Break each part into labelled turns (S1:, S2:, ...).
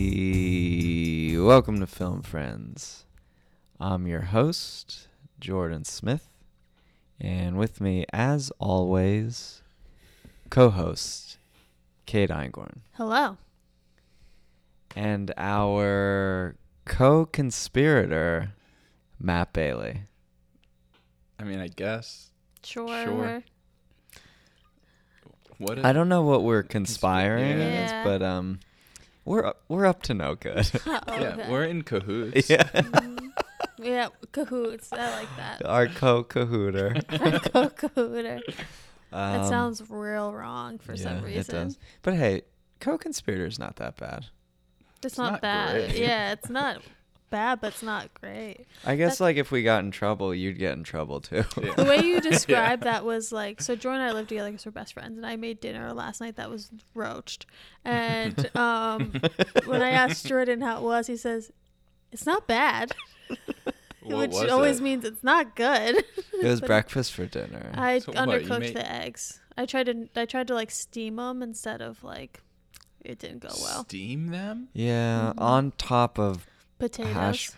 S1: Hey, welcome to Film Friends. I'm your host, Jordan Smith, and with me, as always, co host, Kate Eingorn,
S2: Hello.
S1: and our co conspirator, Matt Bailey.
S3: I mean, I guess.
S2: Sure.
S3: Sure. What?
S1: I don't know what we're conspiring
S3: Yeah.
S1: against,
S2: Yeah.
S1: but um, we're, up- we're up to no good.
S2: Uh-oh,
S3: yeah,
S2: that-
S3: we're in cahoots.
S2: Mm, yeah, cahoots. I like that.
S1: Our co cahooter.
S2: Co-cahooter. That
S1: Um,
S2: sounds real wrong for some
S1: yeah, it
S2: reason.
S1: does. But hey, co-conspirator's not that bad.
S2: It's, not,
S3: not
S2: bad.
S3: great.
S2: Yeah, it's not bad, but it's not great.
S1: I guess
S2: That's-
S1: like if we got in trouble, you'd get in trouble too.
S3: Yeah.
S2: The way you described that was like so. Joy and I live together because we're best friends, and I made dinner last night that was roached. And um, when I asked Jordan how it was, he says, "It's not bad,"
S3: What
S2: which
S3: was
S2: always
S3: it?
S2: means it's not good.
S1: it was
S2: But-
S1: breakfast for dinner.
S2: I
S3: So what, you
S2: undercooked
S3: made-
S2: the eggs. I tried to I tried to like steam them instead of like it didn't go well.
S3: Steam them?
S1: yeah,
S2: Mhm.
S1: on top of
S2: Potatoes.
S1: hash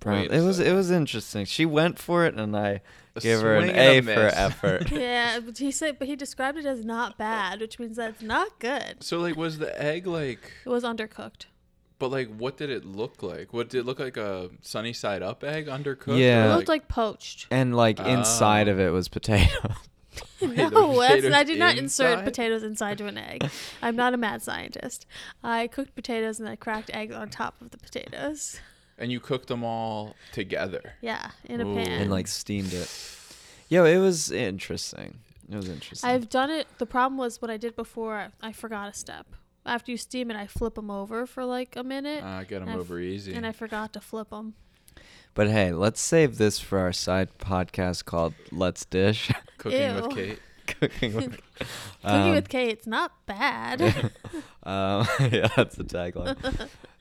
S1: brown.
S3: Wait a
S1: it was
S3: second.
S1: it was interesting. She went for it, and I
S3: A
S1: gave her an
S3: swing and
S1: A for
S3: miss.
S1: effort.
S2: yeah, but he said but he described it as not bad, which means that's not good.
S3: So like, was the egg like?
S2: It was undercooked.
S3: But like, what did it look like? What did it look like? A sunny side up egg undercooked?
S1: Yeah.
S2: It
S3: Or,
S2: looked like poached.
S1: and like inside
S3: Oh.
S1: of it was potato.
S3: Wait, there
S2: no,
S3: were
S2: that's,
S3: potatoes
S2: I did not insert
S3: inside?
S2: potatoes inside of an egg. I'm not a mad scientist. I cooked potatoes and I cracked eggs on top of the potatoes.
S3: and you cooked them all together.
S2: Yeah, in a
S3: Ooh.
S2: pan.
S1: and like steamed it. Yo, it was interesting. It was interesting.
S2: I've done it. The problem was what I did before. I forgot a step. After you steam it, I flip them over for like a minute,
S3: Uh, get them
S2: I've-
S3: over easy.
S2: and I forgot to flip them.
S1: but hey, let's save this for our side podcast called "Let's Dish."
S3: Cooking with
S2: Ew.
S3: Kate.
S1: Cooking with
S2: Cooking
S1: Um,
S2: with Kay, it's not bad.
S1: Um, yeah, that's the tagline.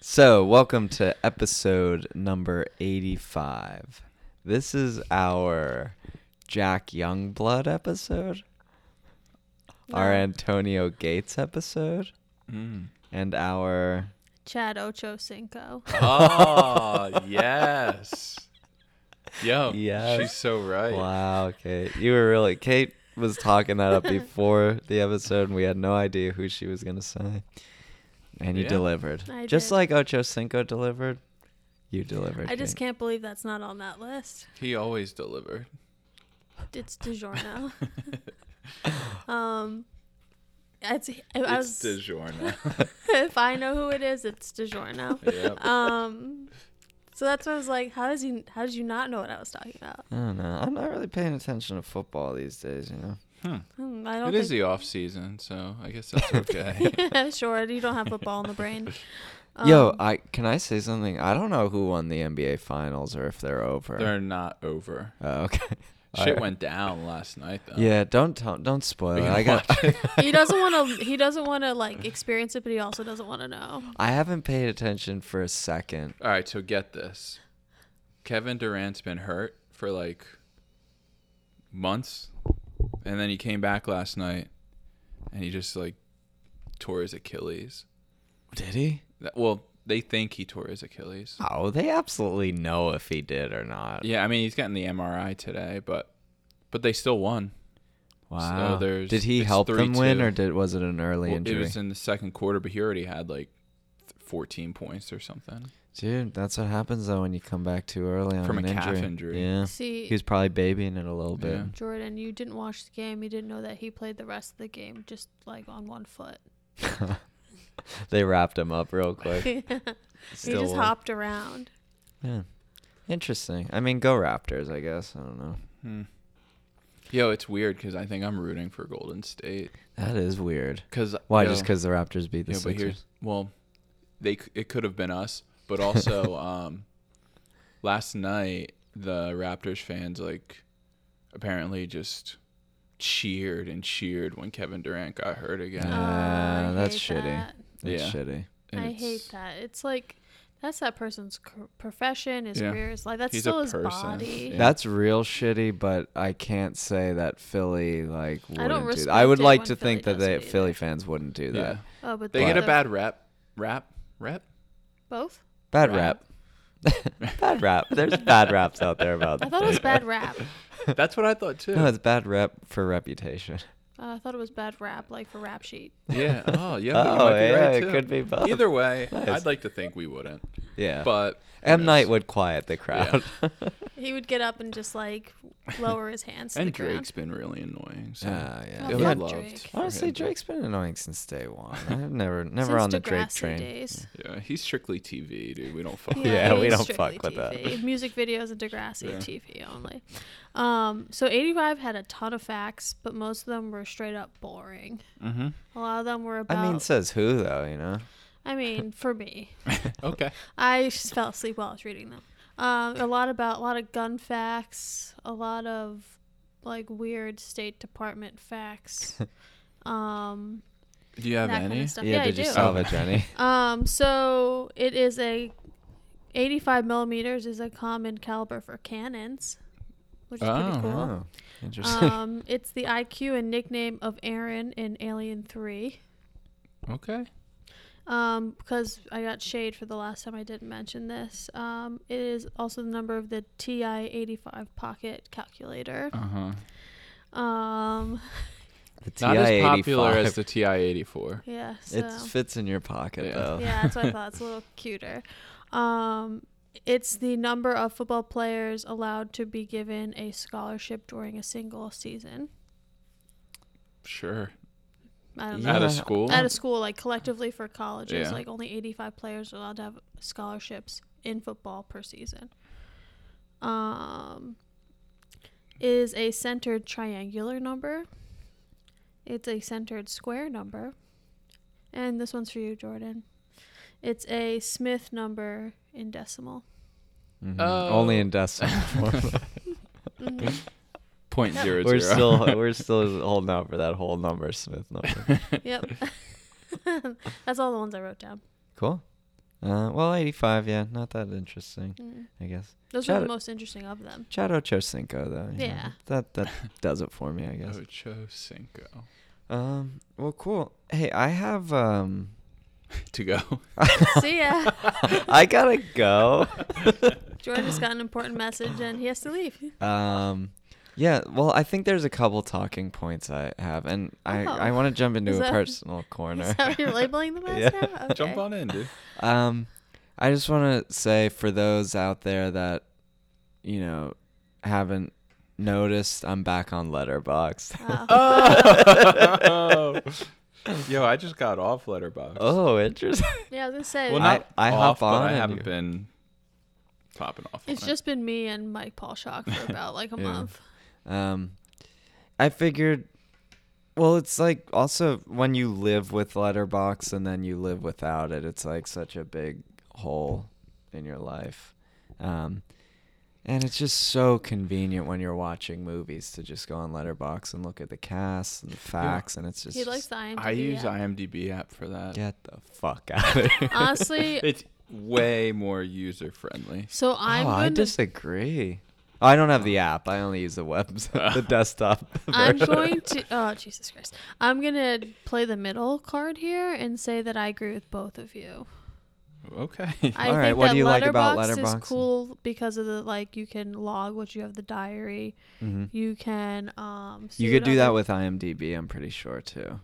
S1: so, welcome to episode number 85. This is our Jack Youngblood episode, our
S2: No.
S1: Antonio Gates episode,
S3: Mm.
S1: and our.
S2: Chad Ocho Cinco.
S3: Oh yes. Yo,
S1: Yes.
S3: she's so right.
S1: Wow, Kate. You were really. Kate was talking that up before the episode, and we had no idea who she was going to say. And you
S3: Yeah.
S1: delivered.
S2: I
S1: Just
S2: did.
S1: like Ocho Cinco delivered, you delivered.
S2: I just
S1: Kate.
S2: can't believe that's not on that list.
S3: He always delivered.
S2: It's DiGiorno. um, it's, I, I was,
S3: It's DiGiorno.
S2: if I know who it is, it's DiGiorno.
S3: yep.
S2: um, so that's why I was like, how does he? How did you not know what I was talking about?
S1: I don't know. I'm not really paying attention to football these days, you know.
S2: Hmm, I don't.
S3: It
S2: think
S3: is the off season, so I guess that's okay.
S2: yeah, sure. You don't have a ball in the brain.
S1: Yo,
S2: Um,
S1: I can I say something? I don't know who won the NBA finals or if they're over.
S3: They're not over.
S1: oh, okay.
S3: Shit
S1: Alright.
S3: went down last night though.
S1: Yeah, don't tell, don't spoil.
S3: Oh. We
S1: it.
S3: can
S1: I got.
S2: he doesn't want to. He doesn't want to like experience it, but he also doesn't want to know.
S1: I haven't paid attention for a second.
S3: All right, so get this. Kevin Durant's been hurt for like months, and then he came back last night, and he just like tore his Achilles.
S1: Did he?
S3: That- Well, they think he tore his Achilles.
S1: Oh, they absolutely know if he did or not.
S3: Yeah, I mean he's gotten the MRI today, but but they still won.
S1: Wow.
S3: there's-
S1: did he
S3: it's
S1: help them win
S3: 3-2.
S1: or did was it an early
S3: Well, it
S1: injury?
S3: was in the second quarter, but he already had like 14 points or something.
S1: Dude, that's what happens though when you come back too early on
S3: From
S1: an
S3: a calf
S1: injury.
S3: injury.
S1: Yeah.
S2: See,
S1: He was probably babying it a little bit.
S3: Yeah.
S2: Jordan, you didn't watch the game. You didn't know that he played the rest of the game just like on one foot.
S1: they wrapped him up real quick.
S2: he
S1: Still
S2: just
S1: won.
S2: hopped around.
S1: Yeah. Interesting. I mean, go Raptors, I guess. I don't know.
S3: Hmm. Yo, it's weird because I think I'm rooting for Golden State.
S1: That is weird.
S3: Cause
S1: Why?
S3: yo,
S1: Just 'cause Just because the Raptors beat the
S3: yo, but
S1: Sixers?
S3: here's well, they c- it could have been us, but also um, last night the Raptors fans like apparently just cheered and cheered when Kevin Durant got hurt again.
S1: Yeah.
S2: Ah, I
S1: that's
S2: hate
S1: shitty.
S2: that.
S1: It's
S3: Yeah.
S1: shitty.
S3: And
S2: I
S3: it's-
S2: hate that. It's like that's that person's c- profession, his
S3: Yeah.
S2: career, his life. That's
S3: He's a
S2: still his
S3: person.
S2: body.
S3: Yeah.
S1: That's real shitty, but I can't say that Philly like
S2: I
S1: wouldn't
S2: don't
S1: do that.
S2: respect
S1: I would
S2: it
S1: like
S2: when
S1: to
S2: Philly
S1: think that
S2: does
S1: they
S2: it either.
S1: Philly fans wouldn't do that.
S3: Yeah.
S2: Oh, but
S3: They
S2: the
S3: get a
S2: other-
S3: bad rep. Rap? Rep?
S2: both.
S1: Bad
S3: Rap.
S1: rap. bad rap. There's bad raps out there about
S2: I thought it was bad rap. Uh,
S3: That's what I thought too.
S1: No, it's bad rep for reputation.
S2: Uh, I thought it was bad rap, like for rap sheet.
S3: yeah. Oh, yeah. you
S1: oh,
S3: might be
S1: yeah,
S3: right,
S1: it
S3: too.
S1: could be both.
S3: Either way,
S1: Nice.
S3: I'd like to think we wouldn't.
S1: yeah.
S3: But who
S1: M. Night
S3: knows?
S1: would quiet the crowd.
S2: He would get up and just like lower his hands. To
S3: and
S2: the ground.
S3: Drake's been really annoying. So
S1: Ah, yeah.
S2: Oh,
S3: They
S2: fuck
S3: would have
S2: Drake.
S3: loved for
S1: Honestly,
S3: him to-
S1: Drake's been annoying since day one. I've never, never
S2: Since
S1: on the Drake
S2: Degrassi
S1: train.
S2: Days.
S3: Yeah, he's strictly TV, dude. We don't fuck.
S1: Yeah.
S2: it
S1: we
S2: is
S1: don't
S2: strictly
S1: fuck with that.
S2: TV. Music videos and Degrassi
S3: Yeah.
S2: TV only. Um, so 85 had a ton of facts, but most of them were straight up boring.
S3: Mm-hmm.
S2: A lot of them were about.
S1: I mean, says who though? You know.
S2: I mean, for me,
S3: Okay.
S2: I just fell asleep while I was reading them. Um, a lot about a lot of gun facts, a lot of like weird State Department facts. Um,
S3: Do you have
S2: that
S3: any?
S2: kind of stuff. Yeah, I
S1: did
S2: do.
S1: you
S3: Oh.
S1: salvage any?
S2: Um, so it is a 85 millimeters is a common caliber for cannons, which is
S3: Oh,
S2: pretty cool.
S1: Oh, interesting.
S2: Um, it's the IQ and nickname of Aaron in Alien 3.
S3: okay.
S2: Um, because I got shade for the last time I didn't mention this. Um, it is also the number of the TI 85 pocket calculator.
S3: Uh huh.
S2: Um,
S1: the TI-85.
S3: Not as popular as the TI eighty four.
S2: yeah, so.
S1: It fits in your pocket
S3: Yeah.
S1: though.
S2: Yeah, that's what I thought. It's a little cuter. Um, it's the number of football players allowed to be given a scholarship during a single season.
S3: Sure.
S2: I don't
S1: Yeah.
S2: know.
S3: Out
S1: Outta
S3: of school.
S2: At a school, like collectively for colleges,
S3: Yeah.
S2: like only 85 players are allowed to have scholarships in football per season. Um, is a centered triangular number. It's a centered square number. And this one's for you, Jordan. It's a Smith number in decimal.
S1: Mhm.
S3: Oh.
S1: Only in decimal form.
S2: Mm-hmm.
S3: Point zero
S1: we're
S3: zero.
S1: still, we're still holding out for that whole number, Smith number.
S2: yep. That's all the ones I wrote down.
S1: Cool. Uh, well, 85, yeah, not that interesting,
S2: Mm.
S1: I guess.
S2: Those
S1: Shout
S2: are the
S1: out-
S2: most interesting of them.
S1: Chado Chosinko, though. you know,
S2: Yeah.
S1: that that does it for me, I guess.
S3: Ocho Cinco.
S1: Um. Well, cool. Hey, I have. Um.
S3: To go.
S2: See ya.
S1: I gotta go.
S2: Jordan just got an important message and he has to leave.
S1: Um. Yeah. Well, I think there's a couple talking points I have, and I
S2: Oh.
S1: I want to jump into
S2: Is
S1: a
S2: that-
S1: personal corner.
S2: Is that what you're labeling them as
S1: Yeah.
S2: now? Oh, Okay.
S3: Jump on in, dude.
S1: Um, I just want to say for those out there that, you know, haven't noticed, I'm back on Letterbox.
S2: Wow.
S3: Oh. Yo, I just got off Letterbox.
S1: oh, interesting.
S2: Yeah, I was gonna say
S3: Well,
S1: I-
S3: not
S1: I hop
S3: off, but
S1: on
S3: I
S1: and
S3: haven't
S1: you-
S3: been popping off.
S2: it's
S3: on it.
S2: just been me and Mike Paulshock for about like a
S1: Yeah.
S2: month.
S1: Um, I figured. Well, it's like also when you live with Letterbox and then you live without it, it's like such a big hole in your life. Um, and it's just so convenient when you're watching movies to just go on Letterbox and look at the cast and the facts, and it's just
S2: He likes the IMDb.
S3: I use
S2: app.
S3: IMDb app for that.
S1: get the fuck out of here.
S2: Honestly,
S3: It's way more user friendly.
S2: so I'm
S1: oh, I
S2: gonna
S1: disagree. Oh, I don't have the app. I only use the website, the desktop.
S2: I'm going to oh Jesus Christ. I'm gonna play the middle card here and say that I agree with both of you.
S3: Okay.
S2: I
S1: All right,
S2: think
S1: what
S2: that
S1: do you like about
S2: Letterboxd is
S1: Letterboxd?
S2: cool because of the like you can log what you have the diary.
S1: Mhm.
S2: You can um see
S1: You
S2: what
S1: could do that
S2: other-
S1: with IMDb, I'm pretty sure too.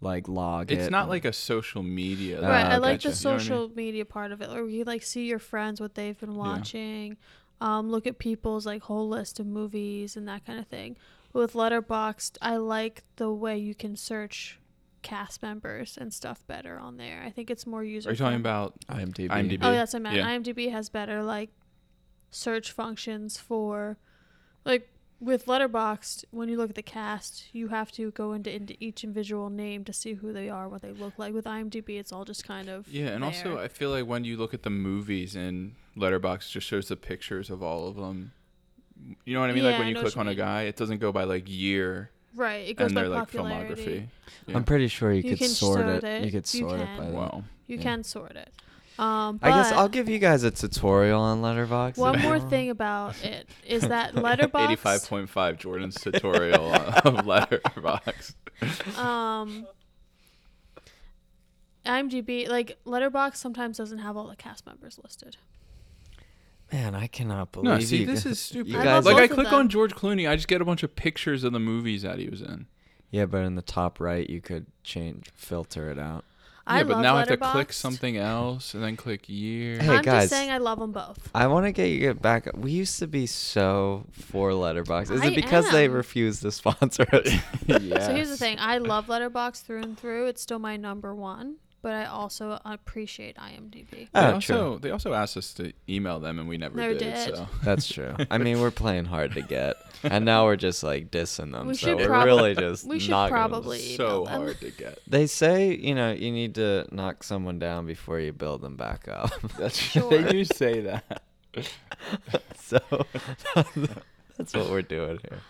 S1: Like log.
S3: It's
S1: it
S3: not
S1: and-
S3: like a social media.
S1: Ah,
S2: Right, I
S1: okay.
S2: like the
S3: Gotcha. You know what I mean?
S2: social media part of it where you like see your friends what they've been watching. Um look at people's like whole list of movies and that kind of thing. With Letterboxd, I like the way you can search cast members and stuff better on there. I think it's more user
S3: Are you talking about
S1: IMDb.
S3: IMDb?
S2: Oh, that's what I meant.
S3: Yeah.
S2: IMDb has better like search functions for like with Letterboxd. When you look at the cast, you have to go into into each individual name to see who they are, what they look like. With IMDb, it's all just kind of
S3: Yeah, and also
S2: there.
S3: I feel like when you look at the movies and Letterbox just shows the pictures of all of them. You know what I mean?
S2: Yeah,
S3: like
S2: I
S3: when you
S2: know what
S3: click
S2: you
S3: on a
S2: mean.
S3: guy, it doesn't go by like year
S2: right. It goes
S3: and
S2: by
S3: their like
S2: popularity.
S3: filmography. Yeah.
S1: I'm pretty sure you,
S2: You
S1: could
S2: can
S1: sort,
S2: sort
S1: it.
S2: it.
S1: You could
S2: You
S1: sort it
S2: can.
S1: by that.
S3: Wow.
S2: You
S1: Yeah.
S2: can sort it. Um,
S1: I guess
S2: but
S1: I'll give you guys a tutorial on Letterboxd.
S2: one
S1: if you
S2: more
S1: want.
S2: thing about it is that Letterboxd
S3: 85.5 Jordan's tutorial of Letterbox.
S2: um IMDb, like Letterbox, sometimes doesn't have all the cast members listed.
S1: Man, I cannot believe
S3: No, see,
S1: you
S3: this
S1: guys-
S3: is stupid.
S1: You
S2: I
S1: guys,
S2: love
S3: like I
S2: both of
S3: click
S2: them.
S3: on George Clooney, I just get a bunch of pictures of the movies that he was in.
S1: yeah, but in the top right, you could change, filter it out.
S2: I
S3: yeah, but
S2: love
S3: now I have to click
S2: Letterboxd.
S3: something else and then click year.
S1: Hey,
S2: I'm
S1: guys.
S2: just saying I love them both.
S1: I want to get you get back. We used to be so for Letterbox. Is
S2: I
S1: it because they
S2: am.
S1: refused to sponsor us?
S2: So here's the thing: I love Letterbox through and through. It's still my number one, but I also appreciate IMDb.
S3: They
S1: Oh,
S3: also
S1: true.
S3: they also asked us to email them and we never,
S2: Ah, Never
S3: did,
S2: did.
S3: So
S1: That's true. I mean, we're playing hard to get, and now we're just like dissing them.
S2: We
S1: so
S2: should
S1: we're
S2: prob-
S1: really just
S2: we should
S1: not gonna-
S2: probably-
S3: so
S2: email them.
S3: hard to get.
S1: They say you know you need to knock someone down before you build them back up.
S3: That's
S2: Sure.
S3: they do say that.
S1: so that's what we're doing here.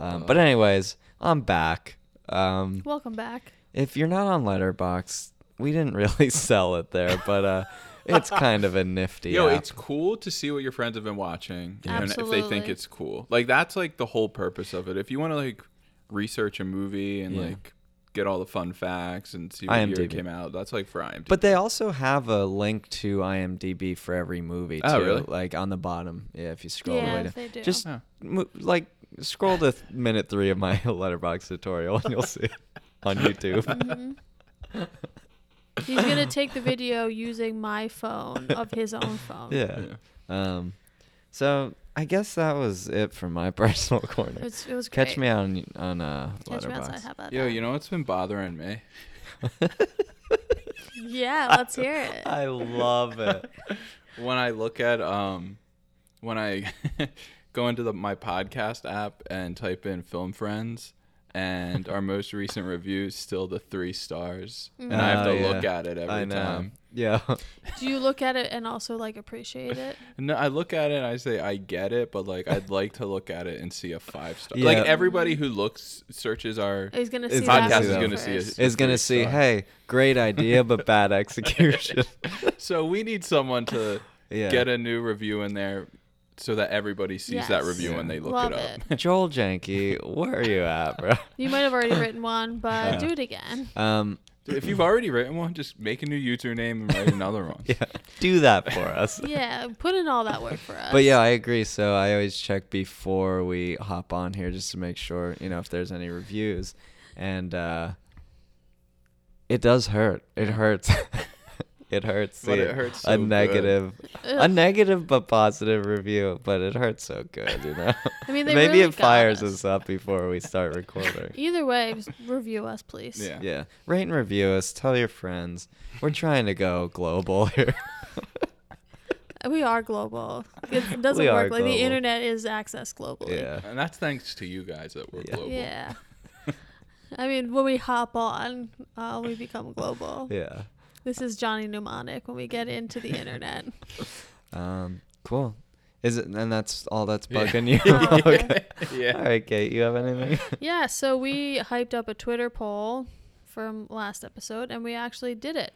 S1: Um, but anyways, I'm back. Um,
S2: Welcome back.
S1: if you're not on Letterbox, we didn't really sell it there, but uh, it's kind of a nifty.
S3: Yo,
S1: app.
S3: it's cool to see what your friends have been watching and if they think
S2: Absolutely.
S3: it's cool. Like that's like the whole purpose of it. If you want to like research a movie and
S1: Yeah.
S3: like get all the fun facts and see what year
S1: IMDb.
S3: it came out, that's like for IMDb.
S1: But they also have a link to IMDb for every movie too,
S3: Oh, really?
S1: like on the bottom. Yeah, if you scroll all the way
S2: Yeah,
S1: down.
S2: they do.
S1: Just
S3: Oh.
S1: mo- like scroll to th- minute three of my letterbox tutorial, and you'll see it on YouTube.
S2: Mm-hmm. He's gonna take the video using my phone of his own phone.
S1: yeah. Um, so I guess that was it for my personal corner.
S2: It's, it was great.
S1: Catch me on on uh,
S2: Catch me outside.
S1: letterbox.
S2: How about
S3: Yo,
S2: that?
S3: you know what's been bothering me?
S2: yeah, let's hear it.
S1: I love it.
S3: when I look at um when I go into the my podcast app and type in film friends and our most recent review is still the three stars and I have
S1: Oh,
S3: to
S1: yeah.
S3: look at it every
S1: I know.
S3: time.
S1: Yeah.
S2: Do you look at it and also like appreciate it?
S3: No, I look at it and I say I get it, but like I'd like to look at it and see a five star.
S1: Yeah.
S3: Like everybody who looks searches our
S2: He's gonna
S1: It's
S2: see
S1: gonna
S2: that.
S1: see that.
S2: one
S3: Podcast is gonna see
S2: first.
S3: it.
S1: Is gonna
S3: Great
S1: see.
S3: star.
S1: Hey, great idea, but bad execution.
S3: so we need someone to
S1: Yeah.
S3: get a new review in there so that everybody sees
S2: Yes.
S3: that review when
S1: Yeah.
S3: they look
S2: Love
S3: it up.
S2: it.
S1: Joel Janky, where are you at, bro?
S2: You might have already written one, but do it again.
S1: Um,
S3: If you've already written one, just make a new username and write another one.
S1: yeah, do that for us.
S2: Yeah, put in all that work for us.
S1: But yeah, I agree. So I always check before we hop on here just to make sure, you know, if there's any reviews. And uh it does hurt. It hurts. it hurts.
S3: But it
S1: seeing
S3: hurts
S1: a
S3: so good.
S1: negative a
S2: Ugh.
S1: negative but positive review, but it hurts so good, you know.
S2: I mean, they
S1: Maybe
S2: really
S1: it
S2: got
S1: fires
S2: us.
S1: us up before we start recording.
S2: Either way, just review us, please.
S3: Yeah.
S1: Yeah. Rate and review us. Tell your friends. We're trying to go global here.
S2: We are global. It doesn't
S1: We are
S2: work. Like the
S1: global.
S2: internet is accessed globally.
S1: yeah.
S3: And that's thanks to you guys that we're
S1: Yeah.
S3: global.
S2: Yeah. I mean, when we hop on, uh, we become global.
S1: Yeah.
S2: This is Johnny Mnemonic when we get into the internet.
S1: Um, cool. Is it? And that's all that's
S3: Yeah.
S1: bugging you.
S2: Oh, okay.
S1: okay.
S3: Yeah.
S1: All right, Kate. You have anything?
S2: Yeah, so we hyped up a Twitter poll from last episode and we actually did it.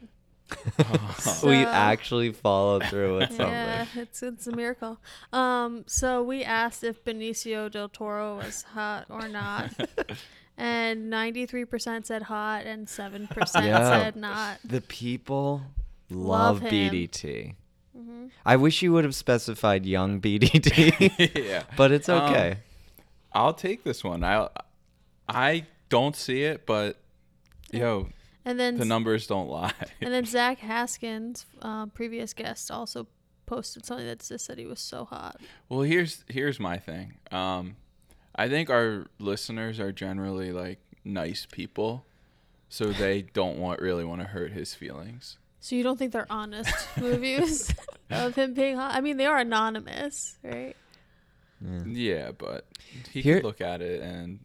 S2: So-
S1: we actually follow through with something.
S2: Yeah, it's it's a miracle. Um, so we asked if Benicio del Toro was hot or not, and ninety three percent said hot, and seven percent
S1: Yeah.
S2: said not.
S1: The people love,
S2: Love him. Mm-hmm.
S1: BDT. I wish you would have specified young BDT,
S3: yeah.
S1: but it's
S3: Um,
S1: okay.
S3: I'll take this one. I I don't see it, but yo,
S2: And then
S3: the numbers don't lie.
S2: and then Zach Haskins, um, previous guest, also posted something that just said he was so hot.
S3: Well, here's here's my thing. Um, I think our listeners are generally like nice people, so they don't want really want to hurt his feelings.
S2: So you don't think they're honest reviews of him being hot? I mean, they are anonymous, right?
S3: Yeah, but he
S1: Here-
S3: could look at it and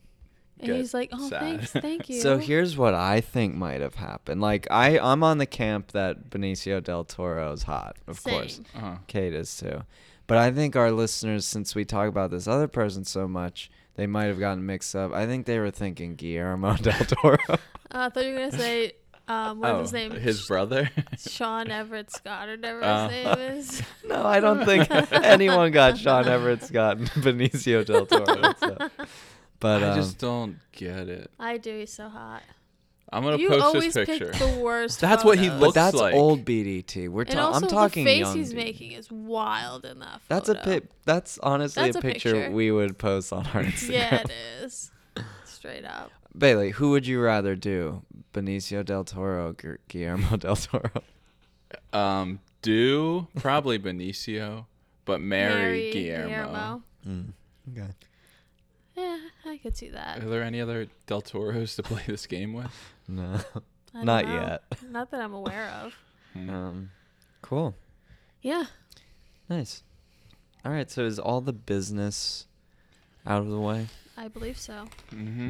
S2: And
S3: Get
S2: he's like, "Oh,
S3: sad.
S2: thanks, thank you."
S1: So here's what I think might have happened. Like I, I'm on the camp that Benicio del Toro is hot, of course.
S2: Same.
S3: uh,
S1: Kate is too. But I think our listeners, since we talk about this other person so much, they might have gotten mixed up. I think they were thinking Guillermo del Toro.
S2: Uh, I thought you were gonna say, um, what's
S1: Oh,
S2: his name?
S3: Oh, his brother.
S2: Sean Everett Scott or whatever
S3: Uh.
S2: his name is.
S1: no, I don't think anyone got Sean Everett Scott and Benicio del Toro. mixed up. But
S3: I
S1: um,
S3: just don't get it.
S2: I do. He's so hot.
S3: I'm gonna
S2: you
S3: post
S2: always
S3: this picture.
S2: pick the worst.
S3: That's what he
S2: photos.
S3: looks
S1: But that's
S3: like-
S1: old BDT. We're
S2: And
S1: talking.
S2: also,
S1: I'm talking
S2: the face
S1: young.
S2: he's
S1: dude.
S2: making is wild in that. Photo.
S1: That's a pic. That's honestly
S2: That's
S1: a
S2: a
S1: picture,
S2: picture.
S1: we would post on our Instagram.
S2: Yeah, it is. Straight up.
S1: Bailey, who would you rather do, Benicio del Toro, or Guillermo del Toro?
S3: Um, do probably Benicio, but marry, Guillermo. Mm.
S1: Okay.
S2: Yeah, I could see
S3: Are
S2: that.
S3: there any other Del Toros to play this game with?
S1: No.
S2: I don't
S1: Not
S2: know.
S1: yet.
S2: Not that I'm aware of.
S1: Um, cool.
S2: Yeah.
S1: Nice. All right. So is all the business out of the way?
S2: I believe so.
S3: Mm-hmm.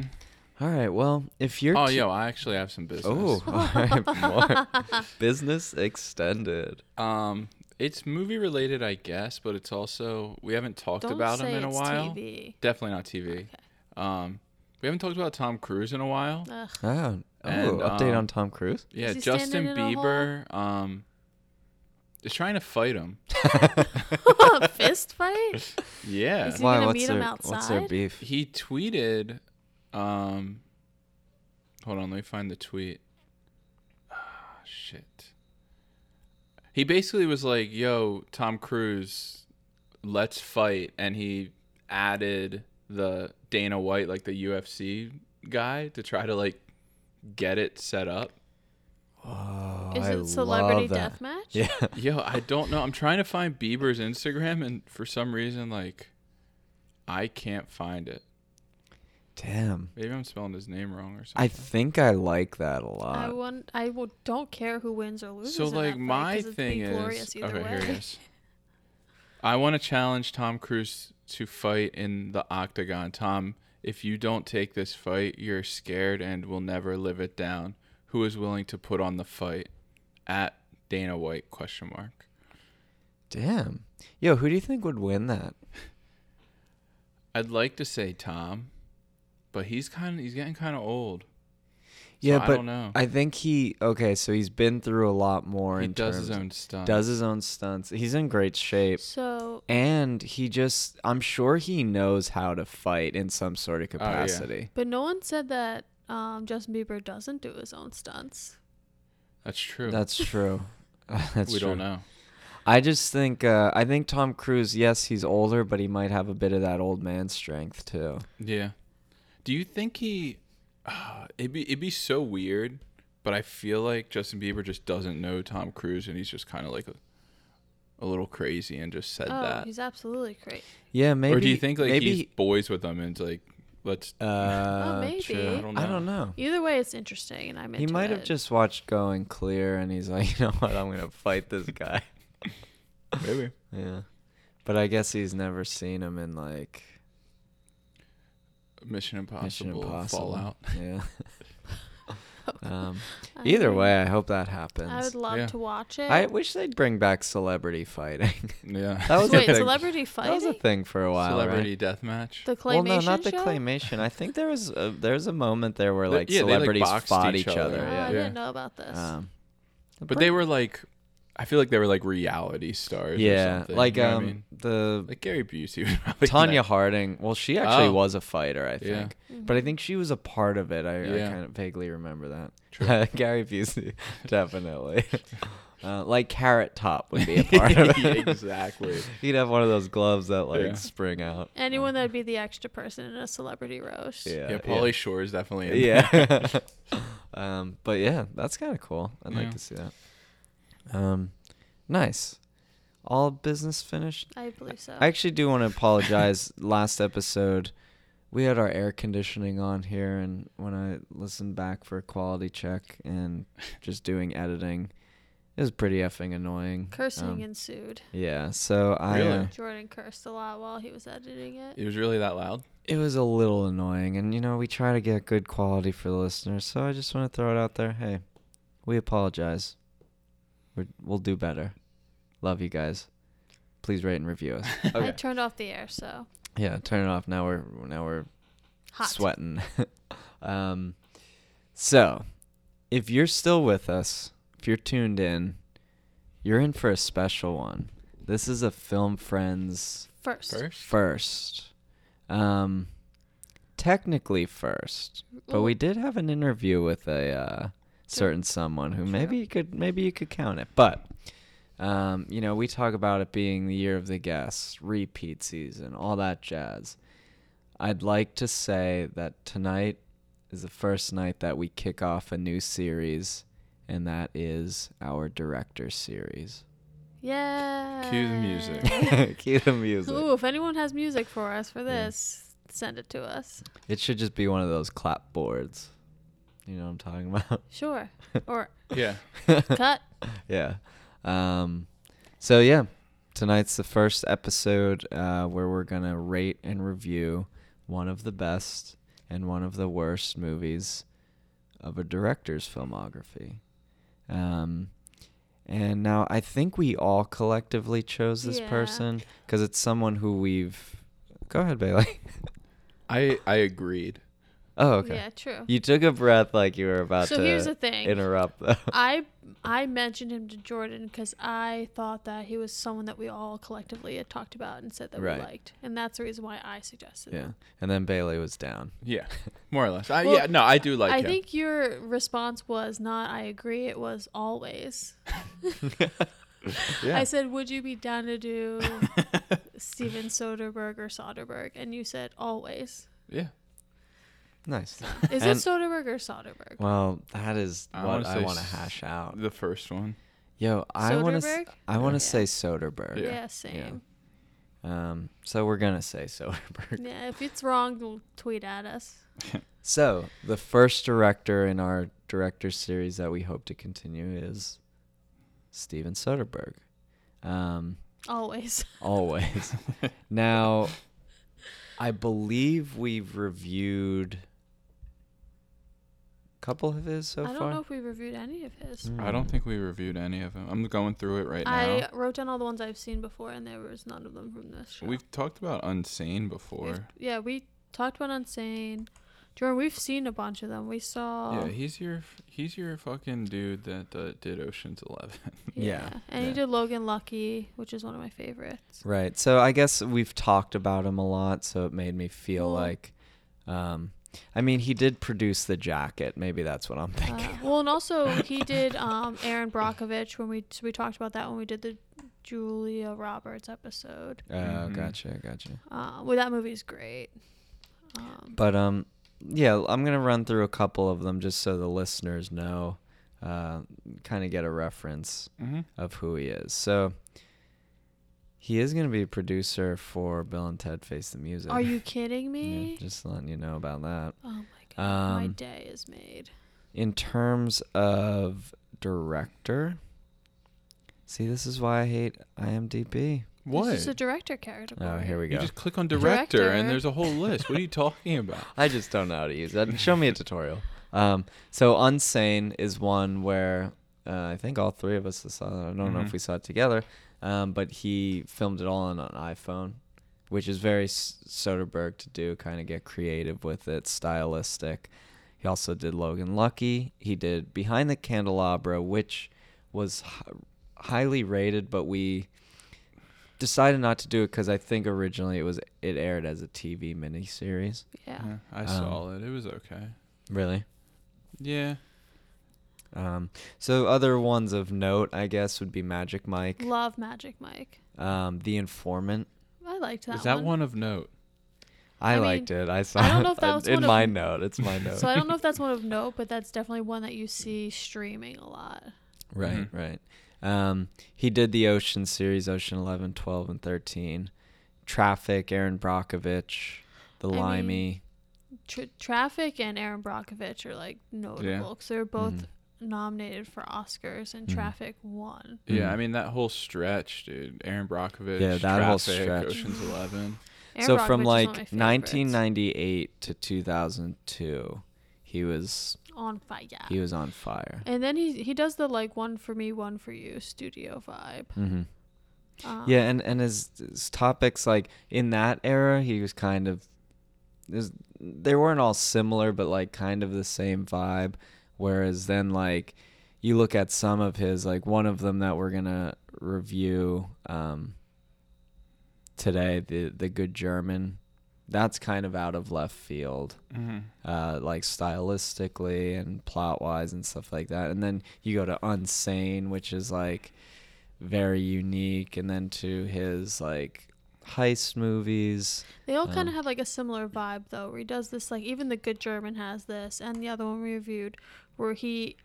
S1: All right. Well, if you're
S3: Oh,
S1: t-
S3: yo, I actually have some business.
S1: oh, all right, more business extended.
S3: Um, it's movie related, I guess, but it's also we haven't talked
S2: Don't
S3: about
S2: say
S3: him in a
S2: it's
S3: while.
S2: TV.
S3: Definitely not TV. Um, we haven't talked about Tom Cruise in a while.
S2: Ugh.
S1: Oh, oh,
S3: And,
S1: update
S3: um,
S1: on Tom Cruise.
S3: yeah,
S2: he
S3: Justin
S2: standing in a hole?
S3: Bieber. Um, is trying to fight him.
S2: Fist fight?
S3: Yeah.
S2: Is he gonna
S1: What's
S2: meet
S1: their
S2: him
S1: what's their
S2: outside?
S1: beef?
S3: he tweeted um hold on let me find the tweet ah shit he basically was like yo tom cruise let's fight and he added the dana white like the ufc guy to try to like get it set up
S1: Oh,
S2: Is
S1: I
S2: it celebrity
S1: love that.
S2: deathmatch?
S1: Yeah.
S3: yo i don't know i'm trying to find bieber's instagram and for some reason like i can't find it
S1: Damn.
S3: maybe i'm spelling his name wrong or something
S1: I think I like that a
S2: I
S1: lot.
S2: won. I w- don't care who wins or loses.
S3: So
S2: in that
S3: like
S2: fight,
S3: my
S2: 'cause it'd be
S3: thing
S2: glorious
S3: is
S2: either
S3: okay.
S2: way.
S3: Here it is. I want to challenge Tom Cruise to fight in the octagon. Tom, if you don't take this fight, you're scared and will never live it down. Who is willing to put on the fight? At Dana White? Question mark.
S1: Damn. Yo, who do you think would win that?
S3: I'd like to say Tom, but he's kind of he's getting kind of old.
S1: Yeah,
S3: I
S1: but
S3: don't know.
S1: I think he okay. So he's been through a lot more.
S3: he
S1: in
S3: does his
S1: terms-
S3: own stuff.
S1: does his own stunts. He's in great shape,
S2: So
S1: and he just I'm sure he knows how to fight in some sort of
S3: Oh, yeah.
S1: capacity.
S2: But no one said that um, Justin Bieber doesn't do his own stunts.
S3: That's true.
S1: That's true. That's
S3: we
S1: true.
S3: don't know.
S1: I just think uh, I think Tom Cruise. Yes, he's older, but he might have a bit of that old man strength too.
S3: Yeah. Do you think he? Uh, it'd be it'd be so weird, but I feel like Justin Bieber just doesn't know Tom Cruise, and he's just kind of like a, a little crazy and just said
S2: oh,
S3: that.
S2: he's absolutely great.
S1: Yeah, maybe.
S3: or do you think like
S1: maybe?
S3: he's boys with them and it's like let's?
S1: uh,
S2: maybe.
S1: true.
S2: I
S3: don't
S1: I
S3: know.
S1: don't know.
S2: Either way, it's interesting, and I'm into
S1: He might have
S2: it.
S1: just watched Going Clear, and he's like, you know what? I'm gonna fight this guy.
S3: Maybe.
S1: yeah, but I guess he's never seen him in like
S3: Mission Impossible,
S1: Mission Impossible.
S3: Fallout.
S1: Yeah. um,
S2: I
S1: either
S2: mean,
S1: way, I hope that
S2: I would
S1: happens.
S2: love
S3: Yeah.
S2: to watch it.
S1: I wish they'd bring back celebrity fighting.
S3: Yeah.
S1: that was
S2: Wait,
S1: a thing.
S2: celebrity
S1: that
S2: fighting?
S1: was a thing for a while,
S3: Celebrity
S1: right?
S3: Deathmatch.
S2: the claymation
S1: Well, no, not the
S2: show?
S1: claymation. I think there was a, there was a moment there where
S3: They-
S1: like
S3: yeah, they, like,
S1: celebrities
S3: boxed
S1: fought
S3: each
S1: each
S3: other.
S1: other.
S2: Oh,
S3: Yeah.
S2: I
S3: Yeah.
S2: didn't know about this.
S1: Um,
S3: But they were like, I feel like they were like reality stars. Or
S1: yeah,
S3: something,
S1: like
S3: you know what I
S1: um
S3: mean?
S1: the
S3: like Gary Busey. Was probably in
S1: Tanya
S3: that.
S1: Harding. Well, she actually
S3: Oh.
S1: was a fighter, I
S3: Yeah.
S1: think.
S2: Mm-hmm.
S1: But I think she was a part of it. I,
S3: Yeah.
S1: I kind of vaguely remember that.
S3: True.
S1: Gary Busey, definitely. uh, like Carrot Top would be a part of
S3: Yeah,
S1: it.
S3: exactly.
S1: He'd have one of those gloves that like
S3: Yeah.
S1: spring out.
S2: Anyone that'd be the extra person in a celebrity roast.
S1: um, Yeah.
S3: Yeah, Pauly Shore is definitely in there.
S1: Yeah. um, but yeah, that's kind of cool. I'd
S3: Yeah.
S1: like to see that. Um, nice. All business finished.
S2: I believe so.
S1: I actually do want to apologize. Last episode, we had our air conditioning on here, and when I listened back for a quality check and just doing editing, it was pretty effing annoying.
S2: Cursing
S1: Um,
S2: ensued.
S1: yeah, so I uh,
S3: Really?
S2: Jordan cursed a lot while he was editing it.
S3: It was really that loud.
S1: it was a little annoying, and you know we try to get good quality for the listeners, so I just want to throw it out there. Hey, we apologize. We're, we'll do better. Love you guys. Please rate and review us.
S2: I turned off the air, so
S1: yeah, turn it off now. We're now we're
S2: hot.
S1: sweating. um, so, if you're still with us, if you're tuned in, you're in for a special one. This is a Film Friends
S2: First.
S3: First.
S1: first. Um, technically first, but we did have an interview with a uh, certain someone who
S2: True.
S1: maybe you could maybe you could count it. But um, you know, we talk about it being the year of the guest, repeat season, all that jazz. I'd like to say that tonight is the first night that we kick off a new series, and that is our director series.
S2: Yeah.
S3: Cue the music.
S1: Cue the music.
S2: Ooh, if anyone has music for us for this, send it to us.
S1: It should just be one of those clapboards. You know what I'm talking about?
S2: Sure. Or
S3: Yeah.
S2: cut.
S1: yeah. Um, so yeah, tonight's the first episode uh, where we're gonna rate and review one of the best and one of the worst movies of a director's filmography. Um, and now I think we all collectively chose this
S2: Yeah.
S1: person because it's someone who we've. Go ahead, Bailey.
S3: I I agreed.
S1: oh, okay.
S2: Yeah, true.
S1: You took a breath like you were about
S2: So
S1: to
S2: here's the thing.
S1: interrupt, though.
S2: I I mentioned him to Jordan because I thought that he was someone that we all collectively had talked about and said that
S1: Right.
S2: we liked, and that's the reason why I suggested.
S1: yeah.
S2: him.
S1: And then Bailey was down.
S3: Yeah. More or less. I,
S2: Well,
S3: yeah. No, I do like
S2: I
S3: him.
S2: think your response was not "I agree." It was always.
S3: yeah.
S2: I said, "Would you be down to do Steven Soderbergh or Soderbergh?" And you said, "Always."
S3: yeah.
S1: Nice.
S2: Is
S1: And-
S2: it Soderbergh or Soderbergh?
S1: Well, that is
S3: I
S1: what
S3: wanna
S1: I
S3: say
S1: want to
S3: s-
S1: hash out.
S3: The first one.
S1: Yo, I want to.
S2: Soderbergh?
S1: I want to
S2: Yeah.
S1: say Soderbergh.
S2: Yeah,
S3: Yeah.
S2: same.
S1: Um, so we're gonna say Soderbergh.
S2: Yeah. if it's wrong, you'll tweet at us.
S1: So the first director in our director series that we hope to continue is Steven Soderbergh. Um,
S2: Always.
S1: always. now, I believe we've reviewed a couple of his so
S2: I
S1: far.
S2: don't know if we reviewed any of his.
S1: Mm.
S3: I don't think we reviewed any of them. I'm going through it right now.
S2: I wrote down all the ones I've seen before, and there was none of them from this show.
S3: We've talked about Unsane
S2: We've-
S3: before.
S2: yeah, we talked about Unsane. Jordan, we've seen a bunch of them. We saw.
S3: Yeah, he's your he's your fucking dude that uh, did Ocean's Eleven.
S1: Yeah,
S2: And
S1: yeah.
S2: he did Logan Lucky, which is one of my favorites.
S1: Right. So I guess we've talked about him a lot, so it made me feel
S2: Mm.
S1: like um I mean, he did produce the jacket. Maybe that's what I'm thinking.
S2: Uh, well, and also he did um, Aaron Brockovich when we so we talked about that when we did the Julia Roberts episode.
S1: Oh,
S3: mhm.
S1: gotcha, gotcha.
S2: Uh, well, that movie's great. Um,
S1: But um yeah, I'm going to run through a couple of them just so the listeners know uh kind of get a reference
S3: mm-hmm.
S1: of who he is. So he is going to be a producer for Bill and Ted Face the Music.
S2: are you kidding
S1: yeah,
S2: me?
S1: just letting you know about that.
S2: oh my god, my
S1: Um,
S2: day is made.
S1: in terms of director see this is why i hate imdb
S3: What?
S2: It's just a director category.
S1: oh here we
S3: you
S1: go
S3: just click on
S2: Director.
S3: director, and there's a whole list. What are you talking about?
S1: i just don't know how to use that show me a tutorial um, so unsane is one where uh, i think all three of us saw that i don't know if
S3: Mhm.
S1: we saw it together um, but he filmed it all on an iphone which is very S- soderbergh to do kind of get creative with it stylistic he also did logan lucky he did behind the candelabra which was h- highly rated, but we decided not to do it because I think originally it was it aired as a TV miniseries.
S2: Yeah.
S3: Yeah, I
S1: Um,
S3: saw it. It was okay.
S1: Really?
S3: Yeah.
S1: Um, so other ones of note, I guess, would be Magic Mike,
S2: Love Magic Mike.
S1: um, The Informant.
S2: I liked that,
S3: Is that
S2: one.
S3: one. of note?
S1: I,
S2: I mean,
S1: liked it. I saw.
S2: don't know
S1: it
S2: if that was
S1: in
S2: one of-
S1: my note. It's my note.
S2: So I don't know if that's one of note, but that's definitely one that you see streaming a lot.
S1: Right,
S3: Mhm.
S1: right. Mm-hmm. Um, he did the Ocean series, Ocean 11, 12, and 13. Traffic, Aaron Brockovich, The
S2: I mean,
S1: Limey.
S2: Tr Traffic and Aaron Brockovich are like notable because they were both
S1: Mm-hmm.
S2: nominated for Oscars, and
S1: Mhm.
S2: Traffic won.
S3: Yeah,
S1: Mhm.
S3: I mean that whole stretch, dude. Aaron Brockovich.
S1: Yeah, that whole
S3: Traffic,
S1: stretch.
S3: Ocean's Eleven.
S2: Aaron
S1: so
S2: Brockovich
S1: from
S2: is one of
S1: like
S2: my favorites.
S1: 1998 to 2002 he was
S2: on fire,
S1: he was on fire
S2: and then he he does the like one for me, one for you studio vibe.
S1: hmm
S2: Um,
S1: yeah and and his, his topics like in that era he was kind of is they weren't all similar but like kind of the same vibe whereas then like you look at some of his like one of them that we're gonna review um today the the good german that's kind of out of left field, uh, like stylistically and plot wise and stuff like that. And then you go to Unsane, which is like very unique, and then to his like heist movies.
S2: They all kind
S1: Um,
S2: of have like a similar vibe though, where he does this like even the Good German has this, and the other one we reviewed, where he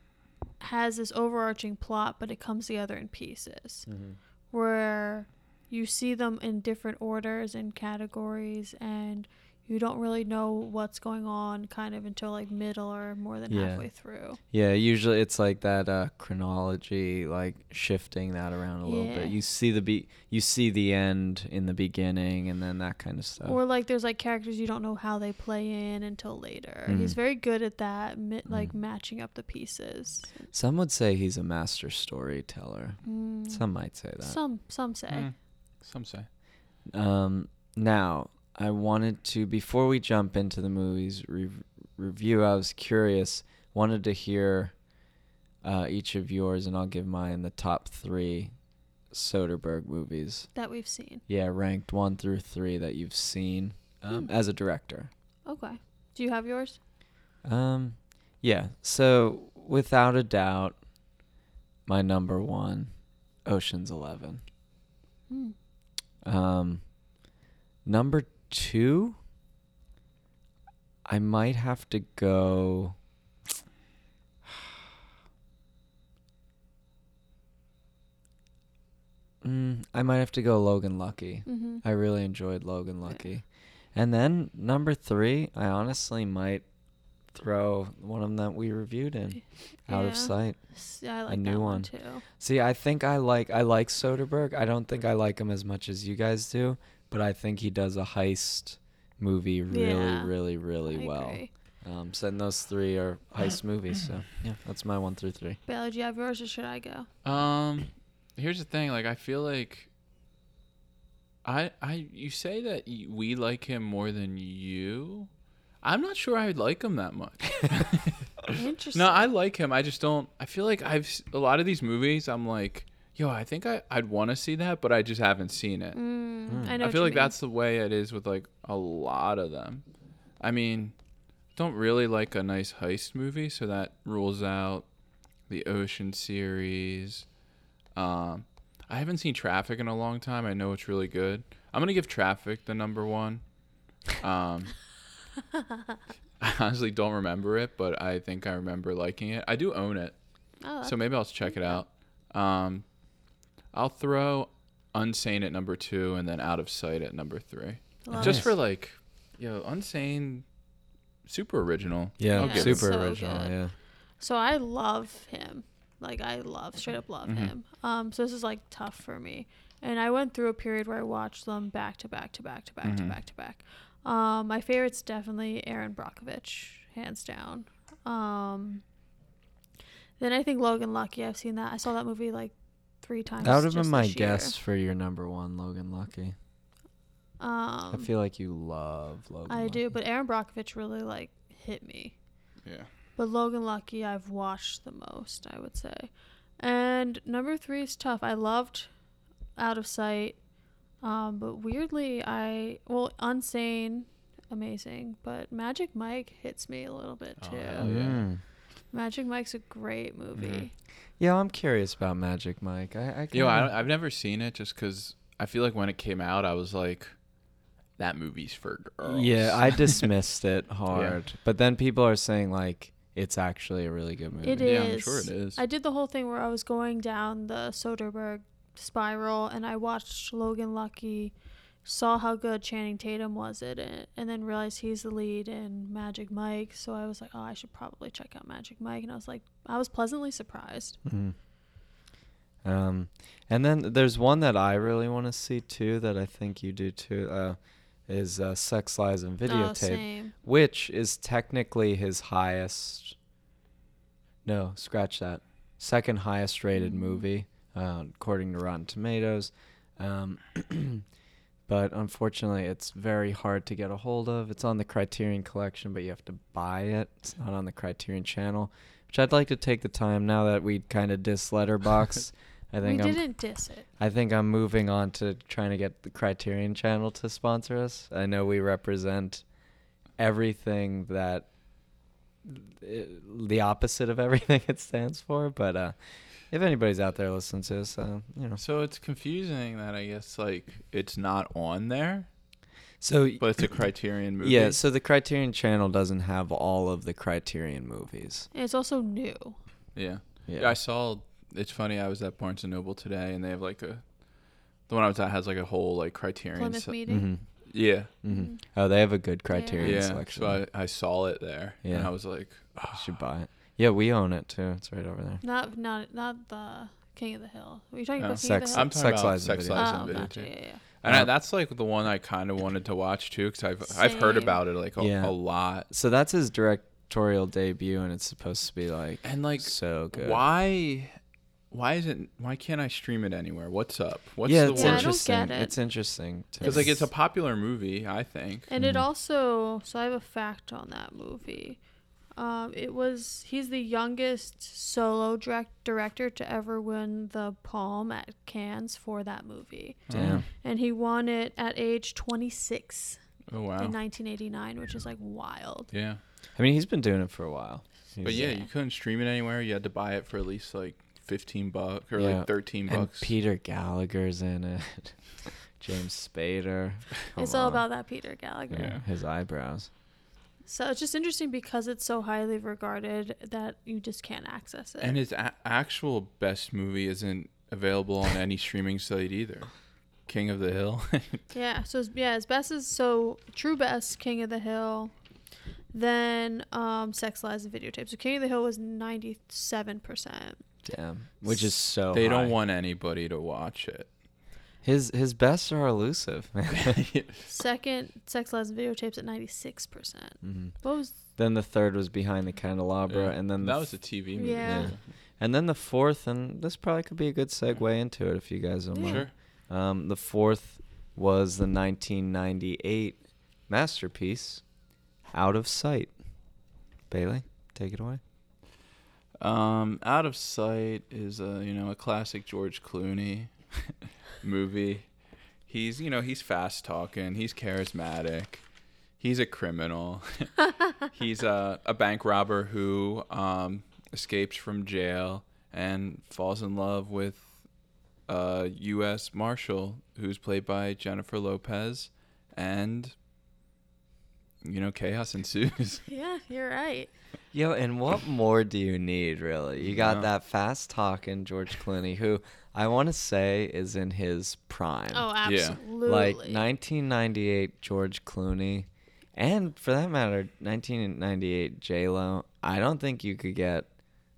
S2: has this overarching plot, but it comes together in pieces,
S1: Mm-hmm.
S2: where you see them in different orders and categories, and you don't really know what's going on kind of until like middle or more than
S1: Yeah.
S2: halfway through.
S1: Yeah, usually it's like that uh, chronology, like shifting that around a little
S2: Yeah.
S1: bit. You see the be- you see the end in the beginning, and then that kind of stuff.
S2: or like there's like characters you don't know how they play in until later. He's
S1: Mm.
S2: very good at that, mi- like
S1: Mm.
S2: matching up the pieces.
S1: Some would say he's a master storyteller.
S2: Mm.
S1: Some might say that.
S2: Some some say.
S3: Mm. Some say.
S1: Um, now, I wanted to, before we jump into the movie's re- review, I was curious, wanted to hear uh, each of yours, and I'll give mine the top three Soderbergh movies.
S2: that we've seen.
S1: Yeah, ranked one through three that you've seen um,
S2: Hmm.
S1: as a director.
S2: Okay. Do you have yours?
S1: Um, yeah, so without a doubt, my number one, Ocean's Eleven.
S2: Mm.
S1: Um, number two, I might have to go. Mm, I might have to go Logan Lucky.
S2: hmm
S1: I really enjoyed Logan Lucky. And then number three, I honestly might throw one of them that we reviewed in Out
S2: Yeah.
S1: of Sight.
S2: I like
S1: new
S2: that one,
S1: one.
S2: too.
S1: See, I think I like I like Soderbergh. I don't think I like him as much as you guys do, but I think he does a heist movie really,
S2: Yeah,
S1: really, really
S2: I
S1: well.
S2: agree.
S1: Um, so and those three are heist movies. So yeah, that's my one through three.
S2: Bailey, do you have yours or should I go?
S3: Um, here's the thing. Like, I feel like I, I, you say that y- we like him more than you. I'm not sure I like him that much.
S2: Interesting. Hmm.
S3: No, I like him. I just don't. I feel like I've s- a lot of these movies. I'm like, yo, I think I, I'd want to see that, but I just haven't seen it.
S2: Mm,
S1: Mm.
S2: I know.
S3: Hmm. I
S2: what
S3: feel
S2: you
S3: like
S2: mean.
S3: that's the way it is with like a lot of them. I mean, don't really like a nice heist movie, so that rules out the Ocean series. Um, I haven't seen Traffic in a long time. I know it's really good. I'm gonna give Traffic the number one. Um, I honestly don't remember it, but I think I remember liking it. I do own it,
S2: Oh,
S3: so maybe I'll check it out. Um, I'll throw Unsane at number two, and then Out of Sight at number three.
S2: I love
S3: Just
S2: it.
S3: for like, yo, Unsane, super original.
S1: Yeah,
S3: I'll give it-
S1: super
S2: so
S1: original.
S2: good.
S1: Yeah,
S2: So I love him. Like I love, straight up love
S3: Mhm.
S1: Mm-hmm.
S2: him. Um, so this is like tough for me. And I went through a period where I watched them back to back to back to back to
S1: Mm-hmm.
S3: Mhm.
S2: back to back. Um, my favorite's definitely Aaron Brockovich, hands down. Um, then I think Logan Lucky. I've seen that. I saw that movie like three times.
S1: that would have
S2: just
S1: been my
S2: this year.
S1: guess for your number one, Logan Lucky.
S2: Um,
S1: I feel like you love Logan.
S2: I
S1: Lucky.
S2: do, but Aaron Brockovich really like hit me.
S3: Yeah.
S2: But Logan Lucky, I've watched the most, I would say. And number three is tough. I loved Out of Sight, um, but weirdly, I well, Unsane, amazing. But Magic Mike hits me a little bit
S3: Oh,
S2: too.
S3: hell yeah. Mm-hmm.
S1: Mm.
S2: Magic Mike's a great movie.
S1: Yeah, I'm curious about Magic Mike. I, I kinda-
S3: Yo, I, I've never seen it just because I feel like when it came out, I was like, that movie's for girls.
S1: Yeah, I dismissed it hard. But then people are saying like it's actually a really good movie.
S2: It
S3: Yeah, I'm sure
S2: is.
S3: it is.
S2: I did the whole thing where I was going down the Soderbergh spiral, and I watched Logan Lucky, saw how good Channing Tatum was in it, and then realized he's the lead in Magic Mike. So I was like, oh, I should probably check out Magic Mike, and I was like, I was pleasantly surprised.
S1: Mhm. Um, and then there's one that I really want to see too that I think you do too. Uh, is uh, Sex Lies and
S2: Oh,
S1: Videotape,
S2: same.
S1: which is technically his highest. No, scratch that. Second highest rated movie uh, according to Rotten Tomatoes. Um, but unfortunately, it's very hard to get a hold of. It's on the Criterion Collection, but you have to buy it. It's not on the Criterion Channel, which I'd like to take the time now that we kind of diss Letterbox. I
S2: We
S1: think I'm
S2: didn't diss it.
S1: I think I'm moving on to trying to get the Criterion Channel to sponsor us. I know we represent everything that uh, the opposite of everything it stands for, but uh, if anybody's out there listening to us, uh, you know.
S3: So it's confusing that I guess like it's not on there,
S1: So
S3: but it's a Criterion movie.
S1: yeah, so the Criterion Channel doesn't have all of the Criterion movies.
S2: And it's also new.
S3: yeah.
S1: Yeah.
S3: Yeah, I saw. It's funny. I was at Barnes and Noble today, and they have like a. The one I was at has like a whole like Criterion.
S2: Plymouth
S3: se-
S2: meeting.
S1: hmm
S3: yeah,
S1: hmm Oh, they have a good Criterion
S3: yeah.
S1: selection.
S3: So I, I saw it there, and
S1: Yeah.
S3: I was like,
S1: You should buy it. Yeah, we own it too. It's right over there.
S2: Not not not the King of the Hill. Were you talking
S3: No.
S2: about King
S1: Sex-
S2: of the Hill?
S3: I'm talking
S1: Sex
S3: about
S1: Lies and
S3: Sex
S1: Video.
S3: Lies
S2: oh,
S3: and Video.
S2: gotcha.
S3: too.
S2: Yeah, yeah.
S3: And I,
S1: Uh,
S3: that's like the one I kind of wanted to watch too, because I've I've heard
S2: Same.
S3: about it like a,
S1: Yeah.
S3: a lot.
S1: So that's his directorial debut, and it's supposed to be like
S3: And like,
S1: so good.
S3: why, why isn't why can't I stream it anywhere? What's up? What's
S1: yeah,
S3: the
S1: it's
S2: Yeah, I don't
S3: word?
S1: interesting.
S2: get it.
S1: It's interesting to
S3: Because like
S1: me.
S3: it's a popular movie, I think.
S2: And it
S1: Mhm.
S2: also so I have a fact on that movie. Um, it was he's the youngest solo direct, director to ever win the Palm at Cannes for that movie,
S1: Damn.
S2: and he won it at age 26
S3: Oh wow.
S2: in 1989, which is like wild.
S3: yeah.
S1: I mean, he's been doing it for a while.
S3: But
S1: He's-
S3: yeah,
S2: Yeah.
S3: you couldn't stream it anywhere. You had to buy it for at least like fifteen bucks or
S1: Yeah.
S3: like thirteen
S1: and
S3: bucks.
S1: Peter Gallagher's in it. James Spader. Come
S2: it's all
S1: on.
S2: about that Peter Gallagher.
S1: yeah,
S3: Yeah.
S1: his eyebrows.
S2: So it's just interesting because it's so highly regarded that you just can't access it.
S3: and his a- actual best movie isn't available on any streaming site either. King of the Hill.
S2: Yeah. So it's- yeah, his best is so True Best, King of the Hill, then um, Sex Lies and Videotape. So King of the Hill was ninety seven percent.
S1: Damn, which is so.
S3: they don't
S1: high.
S3: want anybody to watch it.
S1: his his bests are elusive. man.
S2: Second, Sex Lies and Videotapes at ninety six percent.
S1: Mhm.
S2: What was
S1: Then the third was behind the candelabra, and then the f-
S3: that was a TV movie.
S2: Yeah.
S1: and then the fourth, and this probably could be a good segue into it if you guys don't
S2: Yeah.
S1: mind.
S3: Sure.
S1: Um, the fourth was the 1998 masterpiece, Out of Sight. Bailey, take it away.
S3: Um, Out of Sight is a you know a classic George Clooney movie. He's you know he's fast talking. He's charismatic. He's a criminal. he's a, a bank robber who um, escapes from jail and falls in love with a U.S. marshal who's played by Jennifer Lopez, and you know chaos ensues.
S2: yeah, you're right.
S1: Yo, and what more do you need, really? You got
S3: Yeah.
S1: that fast talking George Clooney, who I want to say is in his prime.
S2: Oh,
S3: Yeah.
S2: absolutely.
S1: like 1998 George Clooney, and for that matter, 1998 J Lo. I don't think you could get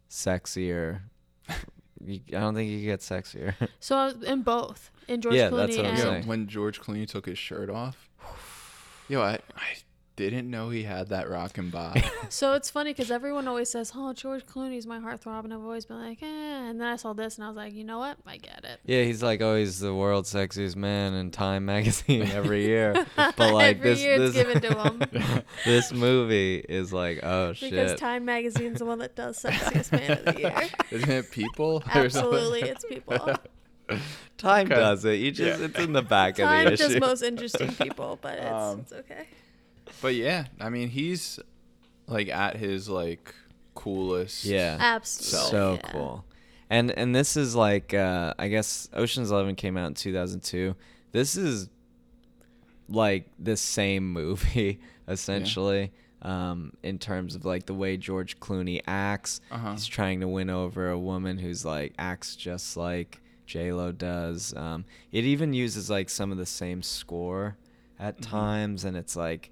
S1: sexier. you, I don't think you could get sexier.
S2: so I was in both in George
S1: Yeah,
S2: Clooney
S1: that's what I'm
S2: and
S3: Yeah,
S1: saying.
S3: when George Clooney took his shirt off. Yo, I, I didn't know he had that rockin' bob.
S2: so it's funny because everyone always says, "Oh, George Clooney's my heartthrob," and I've always been like, "Eh." And then I saw this and I was like, "You know what? I get it."
S1: Yeah, he's like, oh, he's the world's sexiest man in Time magazine every year. But like
S2: Every
S1: this,
S2: year it's
S1: this,
S2: given to him.
S1: this movie is like, oh shit.
S2: Because Time Magazine's the one that does Sexiest Man of the Year.
S3: Isn't it people? or something?
S2: Absolutely, it's people.
S1: Time
S3: Okay.
S1: does it. You just,
S3: Yeah.
S1: it's in the back
S2: Time
S1: of the
S2: does
S1: issue.
S2: most interesting people, but it's,
S3: Um,
S2: it's okay.
S3: But yeah, I mean, he's like at his like coolest.
S1: yeah.
S2: Absolutely.
S1: so
S2: yeah.
S1: cool and and this is like uh i guess oceans 11 came out in 2002 this is like the same movie essentially um in terms of like the way george clooney acts
S3: Uh-huh.
S1: he's trying to win over a woman who's like acts just like j-lo does um it even uses like some of the same score at times and it's like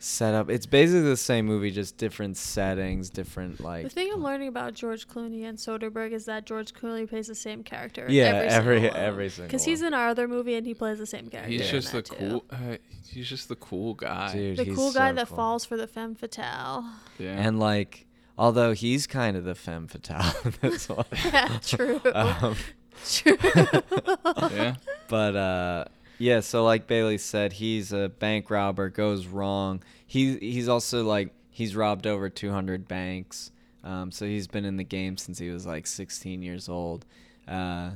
S1: set up it's basically the same movie just different settings different like
S2: The thing I'm learning about George Clooney and Soderbergh is that George Clooney plays the same character. in
S1: Yeah, every-
S2: every single
S1: every single
S2: Because he's
S1: one.
S2: in our other movie and he plays the same character.
S3: He's
S2: in
S3: just the
S2: that, too.
S3: cool. Uh, he's just the cool guy.
S1: Dude,
S2: The
S1: he's
S2: cool guy
S1: so
S2: that
S1: cool.
S2: falls for the femme fatale.
S3: Yeah.
S1: And like, although he's kind of the femme fatale in this one.
S2: Yeah, true.
S1: Um,
S2: True.
S3: yeah.
S1: but uh, yeah, so like Bailey said, he's a bank robber. Goes wrong. He he's also like he's robbed over 200 banks. Um, so he's been in the game since he was like 16 years old. Uh,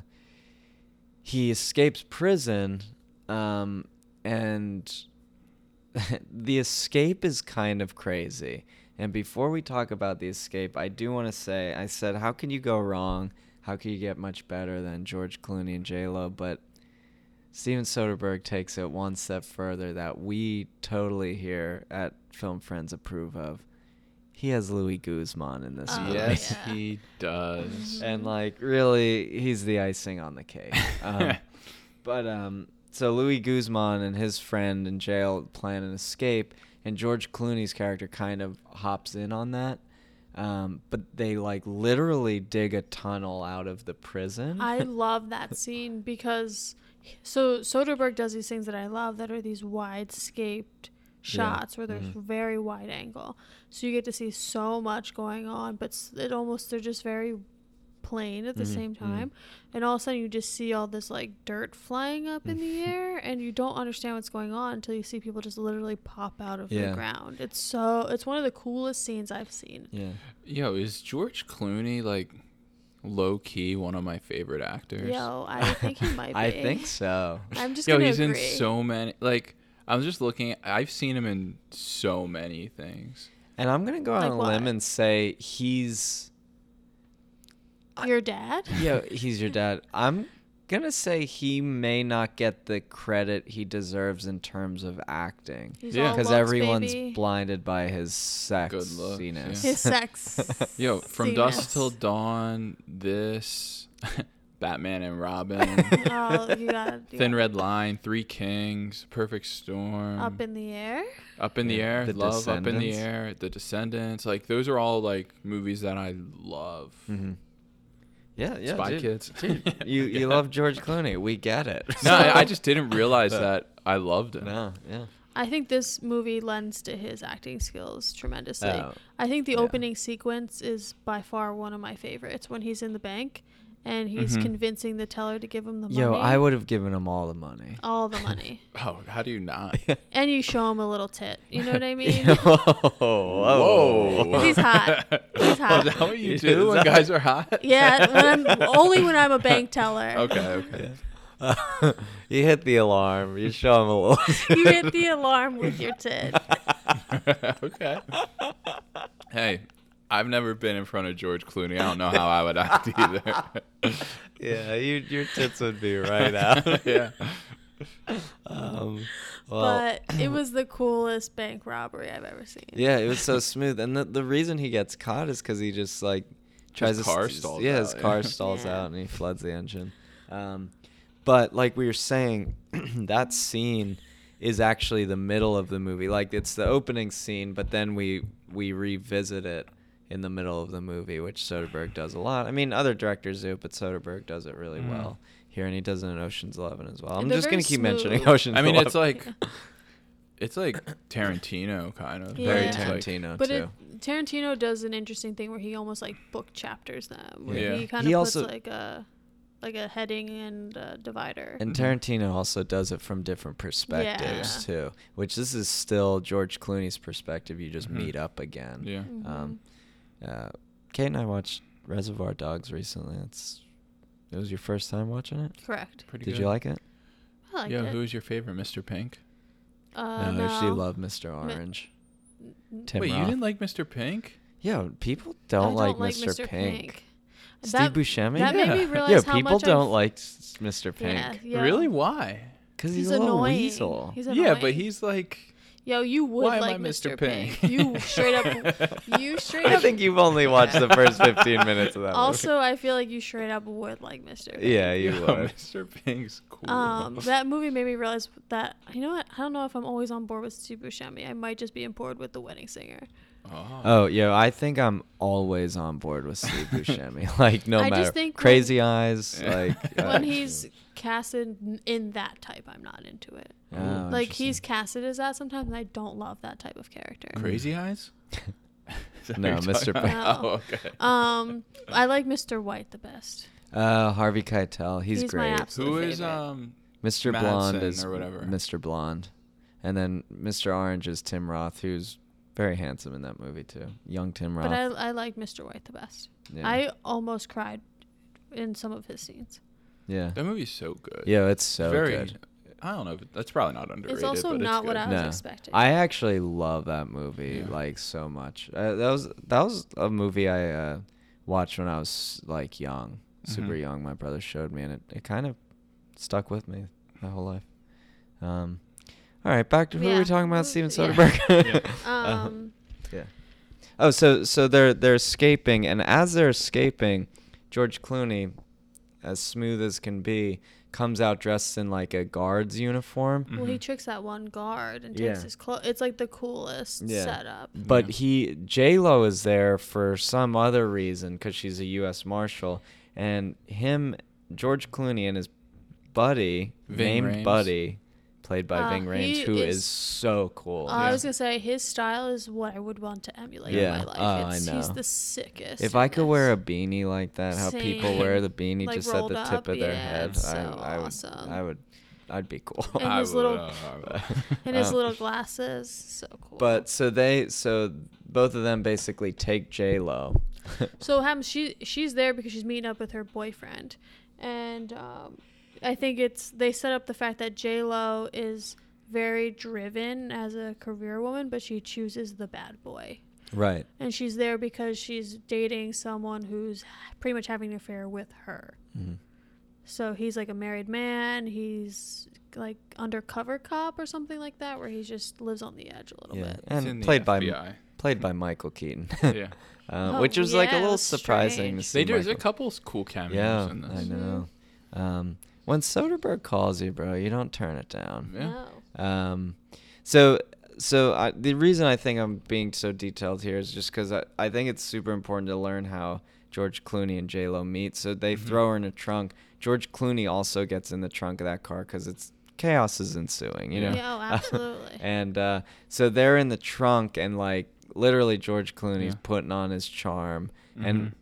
S1: he escapes prison, um, and the escape is kind of crazy. And before we talk about the escape, I do want to say I said, how can you go wrong? How can you get much better than George Clooney and J Lo? But Steven Soderbergh takes it one step further that we totally here at Film Friends approve of. He has Louis Guzman in this
S2: Oh,
S1: movie.
S3: yes,
S2: yeah. Mm-hmm.
S3: he does.
S1: And like really he's the icing on the cake. Um, but um so Louis Guzman and his friend in jail plan an escape and George Clooney's character kind of hops in on that. Um, but they like literally dig a tunnel out of the prison.
S2: I love that scene because so Soderbergh does these things that I love that are these widescaped shots where there's very wide angle. So you get to see so much going on, but s- it almost they're just very plain at the same time. And all of a sudden you just see all this like dirt flying up in the air and you don't understand what's going on until you see people just literally pop out of
S1: Yeah.
S2: the ground. It's so it's one of the coolest scenes I've seen.
S1: yeah.
S3: Yo, is George Clooney like low key one of my favorite actors?
S2: Yo, I think he might be.
S1: I think so.
S2: I'm just
S3: Yo,
S2: gonna
S3: he's
S2: agree.
S3: in so many. Like, I was just looking. I've seen him in so many things.
S1: And I'm gonna go
S2: Like
S1: on a limb
S2: what?
S1: and say he's
S2: Your dad?
S1: yeah, he's your dad. I'm gonna say he may not get the credit he deserves in terms of acting,
S2: He's
S3: Yeah.
S2: all
S1: because
S2: looks,
S1: everyone's
S2: baby.
S1: blinded by his sexiness.
S3: looks, yeah.
S2: His sex.
S3: Yo, from dusk till dawn, this, Batman and Robin,
S2: Oh, you got you
S3: Thin
S2: got
S3: Red Line, Three Kings, Perfect Storm,
S2: up in the air.
S3: Up in the
S1: Yeah,
S3: Air,
S1: The
S3: Love Up in the
S1: Descendants.
S3: Air, The Descendants. Like those are all like movies that I love.
S1: yeah, Mm-hmm. yeah,
S3: Spy
S1: dude.
S3: Kids.
S1: You you love George Clooney? We get it.
S3: no, I, I just didn't realize that I loved him.
S1: no, yeah,
S2: I think this movie lends to his acting skills tremendously.
S1: Oh,
S2: I think the
S1: yeah.
S2: opening sequence is by far one of my favorites when he's in the bank and he's
S3: Mhm.
S2: convincing the teller to give him the money.
S1: Mm-hmm. yo, I would have given him all the money.
S2: all the money.
S3: Oh, how do you not?
S2: and you show him a little tit. You know what I mean?
S1: whoa.
S3: Whoa.
S2: He's hot. He's hot.
S3: Oh, Is that what you
S1: Is
S3: do when
S1: that-
S3: guys are hot?
S2: yeah, when I'm, only when I'm a bank teller.
S3: Okay, okay.
S1: you hit the alarm. You show him a little.
S2: You hit the alarm with your tit.
S3: okay. Hey, I've never been in front of George Clooney. I don't know how I would act either.
S1: yeah, you, your tits would be right out.
S3: yeah.
S1: Um, well,
S2: But it was the coolest bank robbery I've ever seen.
S1: Yeah, it was so smooth. And the, the reason he gets caught is because he just like tries to
S3: car
S1: st-
S3: stalls
S1: Yeah,
S3: out,
S1: his car
S3: yeah.
S1: stalls
S2: Yeah.
S1: out and he floods the engine. Um, but like we were saying, that scene is actually the middle of the movie. Like it's the opening scene, but then we we revisit it in the middle of the movie, which Soderbergh does a lot. I mean, other directors do, but Soderbergh does it really
S3: Mm.
S1: well here, and he does it in Ocean's Eleven as well.
S2: And
S1: I'm
S2: they're
S1: just
S2: very
S1: gonna keep mentioning
S2: smooth.
S1: Ocean's.
S3: I mean, it's
S1: 11.
S3: like it's like Tarantino kind of.
S1: very
S2: Yeah.
S3: It's like-
S1: Tarantino
S2: But
S1: too.
S2: it, Tarantino does an interesting thing where he almost like book chapters them. Where
S3: Yeah.
S2: He kind
S1: He
S2: of puts
S1: also-
S2: like a like a heading and a divider.
S1: And Tarantino also does it from different perspectives too, which this is still George Clooney's perspective. You just
S3: Mhm.
S1: meet up again.
S3: yeah.
S2: Mm-hmm.
S1: Um, uh, Kate and I watched Reservoir Dogs recently. It's it was your first time watching it.
S2: Correct.
S3: Pretty
S1: Did
S3: good.
S1: you like it?
S2: I liked
S3: Yo,
S2: it.
S3: who's your favorite, Mr. Pink?
S2: uh,
S1: no,
S2: no,
S1: she loved Mr. Orange. Tim
S3: Wait, you
S1: Roth.
S3: didn't like Mr. Pink?
S1: Yeah, people
S2: I
S1: don't, like, Mr. Pink. Steve
S2: That-
S1: Buscemi.
S2: That
S3: Yeah.
S2: made me
S3: Yeah,
S2: realize
S1: yeah,
S2: how
S1: people
S2: much
S1: don't
S2: I've,
S1: like s- Mr.
S2: Yeah,
S1: Pink
S2: yeah.
S3: Really? Why?
S1: because he's,
S2: He's
S1: a little
S2: annoying.
S1: weasel.
S2: He's
S3: Yeah, but
S2: annoying.
S3: he's like
S2: Yo, you would
S3: Why am
S2: like
S3: I
S2: Mr.
S3: Mr.
S2: Pink.
S3: Pink?
S2: you straight up, you straight
S1: I
S2: up.
S1: think you've only watched the first 15 minutes of that. movie.
S2: also, I feel like you straight up would like Mr. Pink.
S1: yeah, you
S3: Yo,
S1: would.
S3: Mr. Pink's cool.
S2: Um, that movie made me realize that you know what? I don't know if I'm always on board with Steve Buscemi. I might just be on board with The Wedding Singer.
S3: oh.
S1: Oh, yeah, I think I'm always on board with Steve Buscemi. like, no
S2: I just
S1: matter
S2: think when-
S1: crazy eyes,
S3: Yeah.
S1: like uh,
S2: When he's casted n- in that type, I'm not into it.
S1: oh,
S2: like
S1: interesting.
S2: he's casted as that sometimes, and I don't love that type of character.
S3: Crazy Eyes? Is that what
S1: No,
S3: you're talking
S1: Mr.
S3: about?
S2: Pink.
S3: Oh, okay.
S2: Um, I like Mr. White the best.
S1: uh, Harvey Keitel. He's,
S2: He's my
S1: great.
S2: abs-
S3: Who is
S2: favorite.
S3: um?
S1: Mr. Blonde
S3: Madsen
S1: is
S3: or whatever.
S1: Mr. Blonde, and then Mr. Orange is Tim Roth, who's very handsome in that movie too. Young Tim Roth.
S2: But I, I like Mr. White the best.
S1: yeah.
S2: I almost cried in some of his scenes.
S1: Yeah.
S3: That movie's so good.
S1: Yeah, it's so
S3: Very.
S1: good.
S3: I don't know. If, that's probably not underrated.
S2: it's also
S3: but
S2: not what
S3: good.
S2: I was
S1: No.
S2: expecting. Um,
S1: I actually love that movie
S3: Yeah.
S1: like so much. Uh, that was that was a movie I uh, watched when I was like young, super
S3: Mhm.
S1: young. My brother showed me, and it, it kind of stuck with me my whole life. Um, all right, back to who were
S2: Yeah.
S1: we talking about?
S2: Who-
S1: Steven
S2: yeah.
S1: Soderbergh. Uh,
S2: um,
S1: yeah. Oh, so so they're they're escaping, and as they're escaping, George Clooney, as smooth as can be, comes out dressed in like a guard's uniform.
S2: well, he
S3: Mhm.
S2: tricks that one guard and
S1: Mm-hmm. Yeah.
S2: takes his clothes. It's like the coolest
S1: Yeah. Mm-hmm.
S2: setup.
S1: But
S3: Yeah.
S1: he J Lo is there for some other reason because she's a U.S. marshal, and him George Clooney and his buddy
S3: Ving
S1: named
S3: Rhames.
S1: Buddy, played by
S2: Uh,
S1: Ving Rhames,
S2: he
S1: who is,
S2: is- Oh,
S1: so cool.
S2: I
S3: Yeah.
S2: was gonna say his style is what I would want to emulate
S1: Yeah.
S2: in my life.
S1: Oh, I
S2: it's, He's
S1: know.
S2: the sickest.
S1: if I could
S2: and
S1: wear a
S2: that's-
S1: beanie like that, how people
S2: Same.
S1: wear the beanie
S2: Like,
S1: just at
S2: rolled
S1: the tip
S2: up,
S1: of their
S2: yeah,
S1: head,
S2: it's
S1: I,
S2: so
S1: I would,
S2: awesome.
S1: I would, I'd be cool.
S2: And
S3: I
S2: his
S3: would,
S2: little-
S3: uh, I would.
S2: and his
S1: Um,
S2: little glasses, so cool.
S1: But so they, so both of them basically take J Lo.
S2: So Ham, she she's there because she's meeting up with her boyfriend, and um, I think it's they set up the fact that J Lo is very driven as a career woman, but she chooses the bad boy,
S1: right.
S2: and she's there because she's dating someone who's pretty much having an affair with her.
S3: Mm-hmm.
S1: Mhm.
S2: So he's like a married man. He's like undercover cop or something like that, where he just lives on the edge a little
S1: Yeah,
S2: bit.
S3: He's
S1: and
S3: in the
S1: played by
S3: FBI.
S1: played by Michael Keaton.
S3: Yeah.
S1: Uh,
S2: Oh,
S1: which was like a
S2: yeah,
S1: little
S2: that's
S1: surprising to
S2: strange.
S1: see.
S3: They do. There's a
S1: Michael-
S3: couple cool cameos
S1: Yeah,
S3: in
S1: I
S3: this.
S1: know. Um, when Soderbergh calls you, bro, you don't turn it down.
S3: Yeah.
S2: No.
S1: Um, so, so I, the reason I think I'm being so detailed here is just because I, I think it's super important to learn how George Clooney and J Lo meet. So they
S3: Mhm.
S1: throw her in a trunk. George Clooney also gets in the trunk of that car because it's chaos is ensuing. You know.
S2: Yeah, oh, absolutely.
S1: and uh, so they're in the trunk, and like literally George Clooney's
S3: Yeah.
S1: putting on his charm
S3: Mhm.
S1: and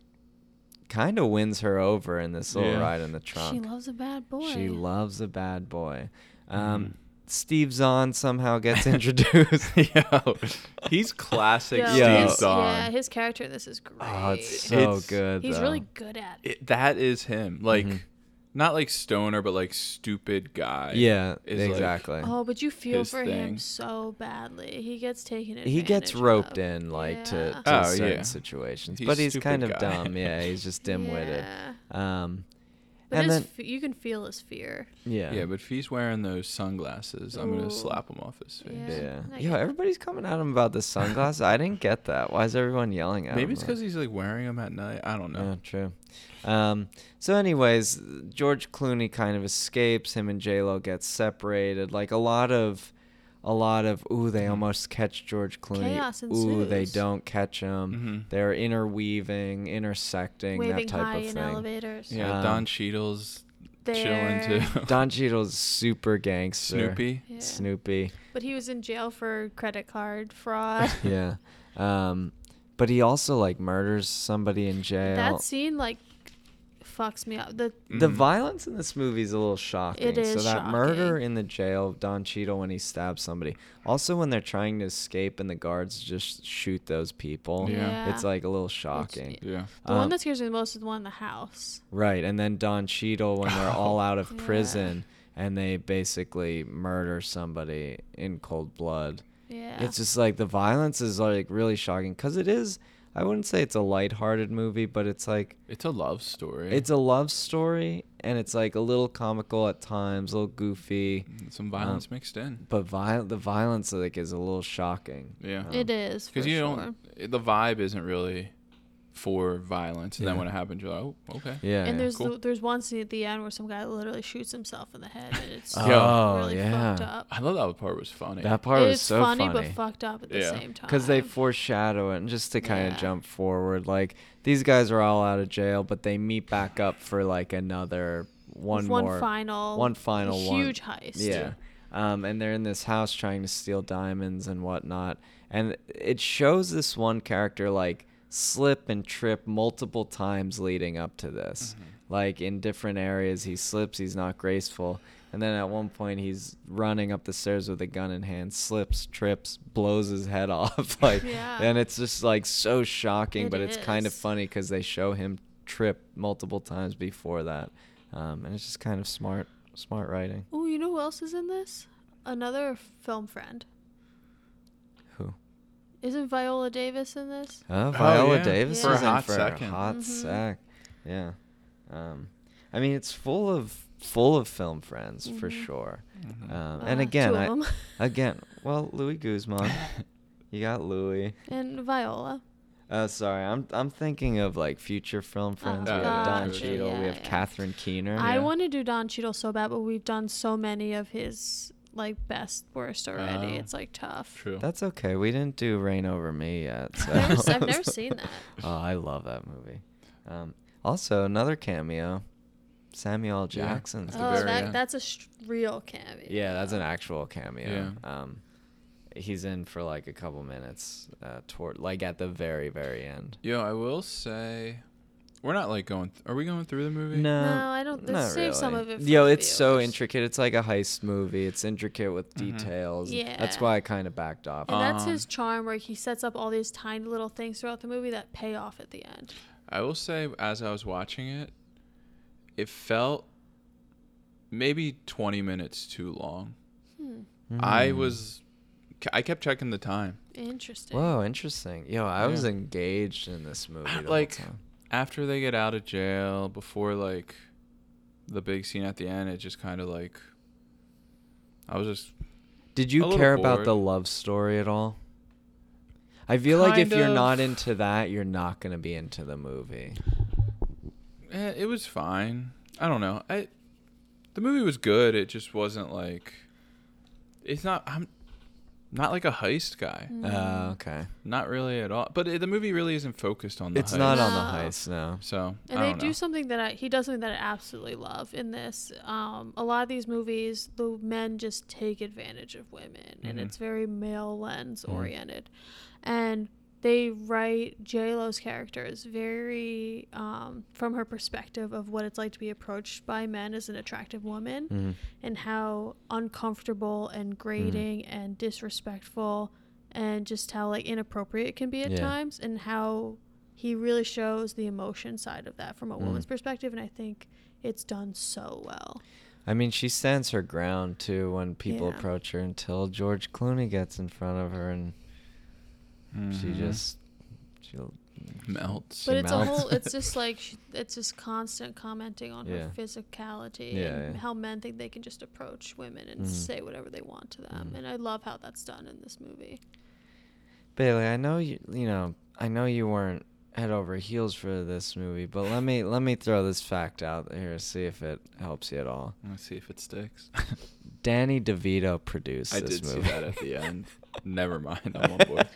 S1: kind of wins her over in this little
S3: Yeah.
S1: ride in the trunk.
S2: She loves a bad boy.
S1: She loves a bad boy.
S3: Mhm.
S1: Um, Steve Zahn somehow gets introduced.
S3: Yo, he's classic
S1: Yo,
S3: Steve
S1: he's-
S2: his, yeah,
S3: Zahn.
S2: his character in this is great.
S1: oh, it's so
S3: It's-
S1: good.
S2: He's
S1: though.
S2: really good at it.
S3: It- that is him. Like,
S1: Mhm.
S3: not like stoner, but like stupid guy.
S1: yeah,
S3: is, like-
S1: exactly.
S2: Oh, but you feel
S3: his
S2: for
S3: thing.
S2: him so badly. He gets taken advantage
S1: he gets roped
S2: of.
S1: in like to,
S2: Yeah.
S1: to
S3: Oh,
S1: certain
S3: yeah.
S1: situations,
S3: He's
S1: but he's
S3: stupid
S1: kind of
S3: guy.
S1: dumb. Yeah, he's just dim-witted.
S2: Yeah.
S1: Um,
S2: But
S1: and
S2: his
S1: then
S2: f- you can feel his fear.
S1: yeah,
S3: Yeah, but if he's wearing those sunglasses, I'm gonna
S2: Ooh.
S3: slap him off his face.
S2: Yeah.
S1: Yeah.
S2: I
S1: Yo,
S2: get that.
S1: everybody's coming at him about the sunglasses. I didn't get that. Why is everyone yelling at him?
S3: Maybe it's
S1: like-
S3: because he's like wearing them at night. I don't
S1: Yeah,
S3: know.
S1: true. Um, so, anyways, George Clooney kind of escapes. Him and J Lo get separated. Like a lot of, a lot of. Ooh, they
S3: Mhm.
S1: almost catch George Clooney.
S2: Chaos
S1: Ooh, they
S2: ensues.
S1: don't catch him.
S3: Mhm.
S1: They're interweaving, intersecting,
S2: Waving
S1: that type
S2: high
S1: of
S2: in
S1: thing.
S2: elevators.
S3: Yeah,
S1: Um,
S3: Don Cheadle's chilling
S2: They're-
S3: too.
S1: Don Cheadle's super gangster.
S3: Snoopy.
S2: Yeah.
S1: Snoopy.
S2: But he was in jail for credit card fraud.
S1: yeah. Um, but he also like murders somebody in jail.
S2: that scene like fucks me up. The
S1: The
S3: Mhm.
S1: violence in this movie is a little shocking.
S2: It
S1: so
S2: is
S1: that murder
S2: shocking.
S1: in the jail of Don Cheadle when he stabs somebody. Also when they're trying to escape and the guards just shoot those people.
S3: Yeah.
S1: It's like a little shocking.
S3: Yeah.
S2: the
S1: Um,
S2: one that scares me the most is the one in the house.
S1: right, and then Don Cheadle when they're all out of
S2: Yeah.
S1: prison and they basically murder somebody in cold blood.
S2: Yeah.
S1: It's just like the violence is like really shocking cuz it is I wouldn't say it's a lighthearted movie, but it's like
S3: It's a love story.
S1: It's a love story, and it's like a little comical at times, a little goofy,
S3: Mm, some violence mixed in.
S1: Um, but viol- the violence like is a little shocking.
S3: Yeah.
S1: um,
S2: it is for
S3: Because you
S2: sure.
S3: don't. The vibe isn't really for violence, and then
S1: Yeah.
S3: when it happens, you're like, oh, okay.
S1: Yeah.
S2: and there's
S3: cool.
S2: the, there's one scene at the end where some guy literally shoots himself in the head, and it's
S1: oh
S3: Yeah.
S2: really
S1: yeah,
S2: fucked up.
S3: I thought that part was funny.
S1: that part was
S2: it's
S1: so
S2: funny,
S1: funny.
S2: but fucked up at the
S3: Yeah.
S2: same time.
S1: because they foreshadow it, and just to kind of
S2: Yeah.
S1: jump forward, like these guys are all out of jail, but they meet back up for like another one,
S2: one
S1: more,
S2: final
S1: one final one.
S2: huge heist.
S1: Yeah. Um, and they're in this house trying to steal diamonds and whatnot. And it shows this one character like slip and trip multiple times leading up to this.
S2: Mm-hmm.
S1: Like in different areas, he slips, he's not graceful. And then at one point, he's running up the stairs with a gun in hand, slips, trips, blows his head off. like,
S2: Yeah.
S1: and it's just like so shocking,
S2: It
S1: but it's kind of
S2: is.
S1: funny because they show him trip multiple times before that, um, and it's just kind of smart, smart writing.
S2: Oh, you know who else is in this? Another film friend.
S1: Who?
S2: Isn't Viola Davis in this?
S1: Uh, Viola
S3: Oh, yeah.
S1: Davis
S2: For a
S1: is in
S3: hot
S1: for
S3: second.
S1: a hot
S2: Mhm.
S1: sec. Yeah. Um, I mean, it's full of full of film friends for
S2: Mhm.
S1: sure.
S3: Mhm.
S1: Um, and
S2: Uh,
S1: again,
S2: two of
S1: I,
S2: them.
S1: again, well, Louis Guzman, you got Louis.
S2: and Viola.
S1: Oh, sorry, I'm I'm thinking of like future film friends. we have Don
S3: gotcha,
S1: Cheadle. we
S2: Uh-huh. yeah,
S1: have
S2: yeah.
S1: Catherine Keener.
S2: I
S3: Yeah.
S2: want to do Don Cheadle so bad, but we've done so many of his like best worst already.
S3: Oh.
S2: it's like tough.
S3: True.
S1: That's okay. We didn't do Rain Over Me yet. So.
S2: I've never s- I've never seen that.
S1: Oh, I love that movie. Um, also, another cameo, Samuel L.
S3: Yeah,
S1: Jackson's.
S3: That's the
S2: Oh,
S3: very
S2: that,
S3: end.
S2: that's a sh- real cameo.
S1: Yeah, that's an actual cameo.
S3: Yeah.
S1: Um, he's in for like a couple minutes uh, toward like at the very very end.
S3: Yo, I will say, we're not like going. Th- are we going through the movie?
S1: No,
S2: No, I don't-
S1: Not
S2: save some
S1: really.
S2: of it for
S1: Yo,
S2: the
S1: it's so
S2: viewers.
S1: intricate. It's like a heist movie. It's intricate with details. that's
S2: Mm-hmm. Yeah.
S1: why I kind of backed off.
S2: And that's
S3: Um,
S2: his charm, where he sets up all these tiny little things throughout the movie that pay off at the end.
S3: I will say, as I was watching it, it felt maybe 20 minutes too long.
S2: Hmm.
S3: I
S1: Mm.
S3: was, I kept checking the time.
S2: Interesting.
S1: Whoa, interesting. Yo, I was
S3: Yeah.
S1: engaged in this movie. The
S3: Like-
S1: whole time.
S3: After they get out of jail, before like the big scene at the end, it just kind of like, I was just
S1: Did
S3: a
S1: you
S3: little
S1: care about
S3: bored.
S1: the love story at all? I feel like if
S3: Kind
S1: you're not
S3: of.
S1: into that, you're not gonna be into the movie.
S3: Eh, it was fine. I don't know. I the movie was good. It just wasn't like it's not. I'm not like a heist guy.
S1: Oh, okay.
S3: Not really at all. But it, the movie really isn't focused on the.
S1: It's
S3: heist.
S1: not on
S2: No.
S1: the heist, no.
S3: So
S2: And
S3: I
S2: they
S3: don't
S2: do
S3: know.
S2: something that I, he does something that I absolutely love in this. Um, a lot of these movies, the men just take advantage of women, and
S3: Mhm.
S2: it's very male lens
S3: Mm-hmm.
S2: oriented. And they write J Lo's characters very um, from her perspective of what it's like to be approached by men as an attractive woman,
S1: Mhm.
S2: and how uncomfortable
S1: Mm-hmm.
S2: and grating and disrespectful, and just how like inappropriate it can be at
S1: Yeah.
S2: times, and how he really shows the emotion side of that from a
S1: Mhm.
S2: woman's perspective and i think it's done so well
S1: I mean, she stands her ground too when people
S2: Yeah.
S1: approach her until George Clooney gets in front of her and she
S3: Mhm.
S1: just she
S3: melts.
S1: She
S2: but it's a
S1: melts.
S2: whole it's just like sh- it's just constant commenting on
S1: Yeah.
S2: her physicality
S1: Yeah,
S2: and
S1: yeah.
S2: how men think they can just approach women and
S1: Mhm.
S2: say whatever they want to them
S1: Mhm.
S2: and i love how that's done in this movie
S1: Bailey, I know you you know, I know you weren't head over heels for this movie, but let me let me throw this fact out here to see if it helps you at all.
S3: Let's see if it sticks.
S1: Danny DeVito produced
S3: I
S1: this
S3: did see
S1: movie.
S3: that at the end. Never mind, I'm on board.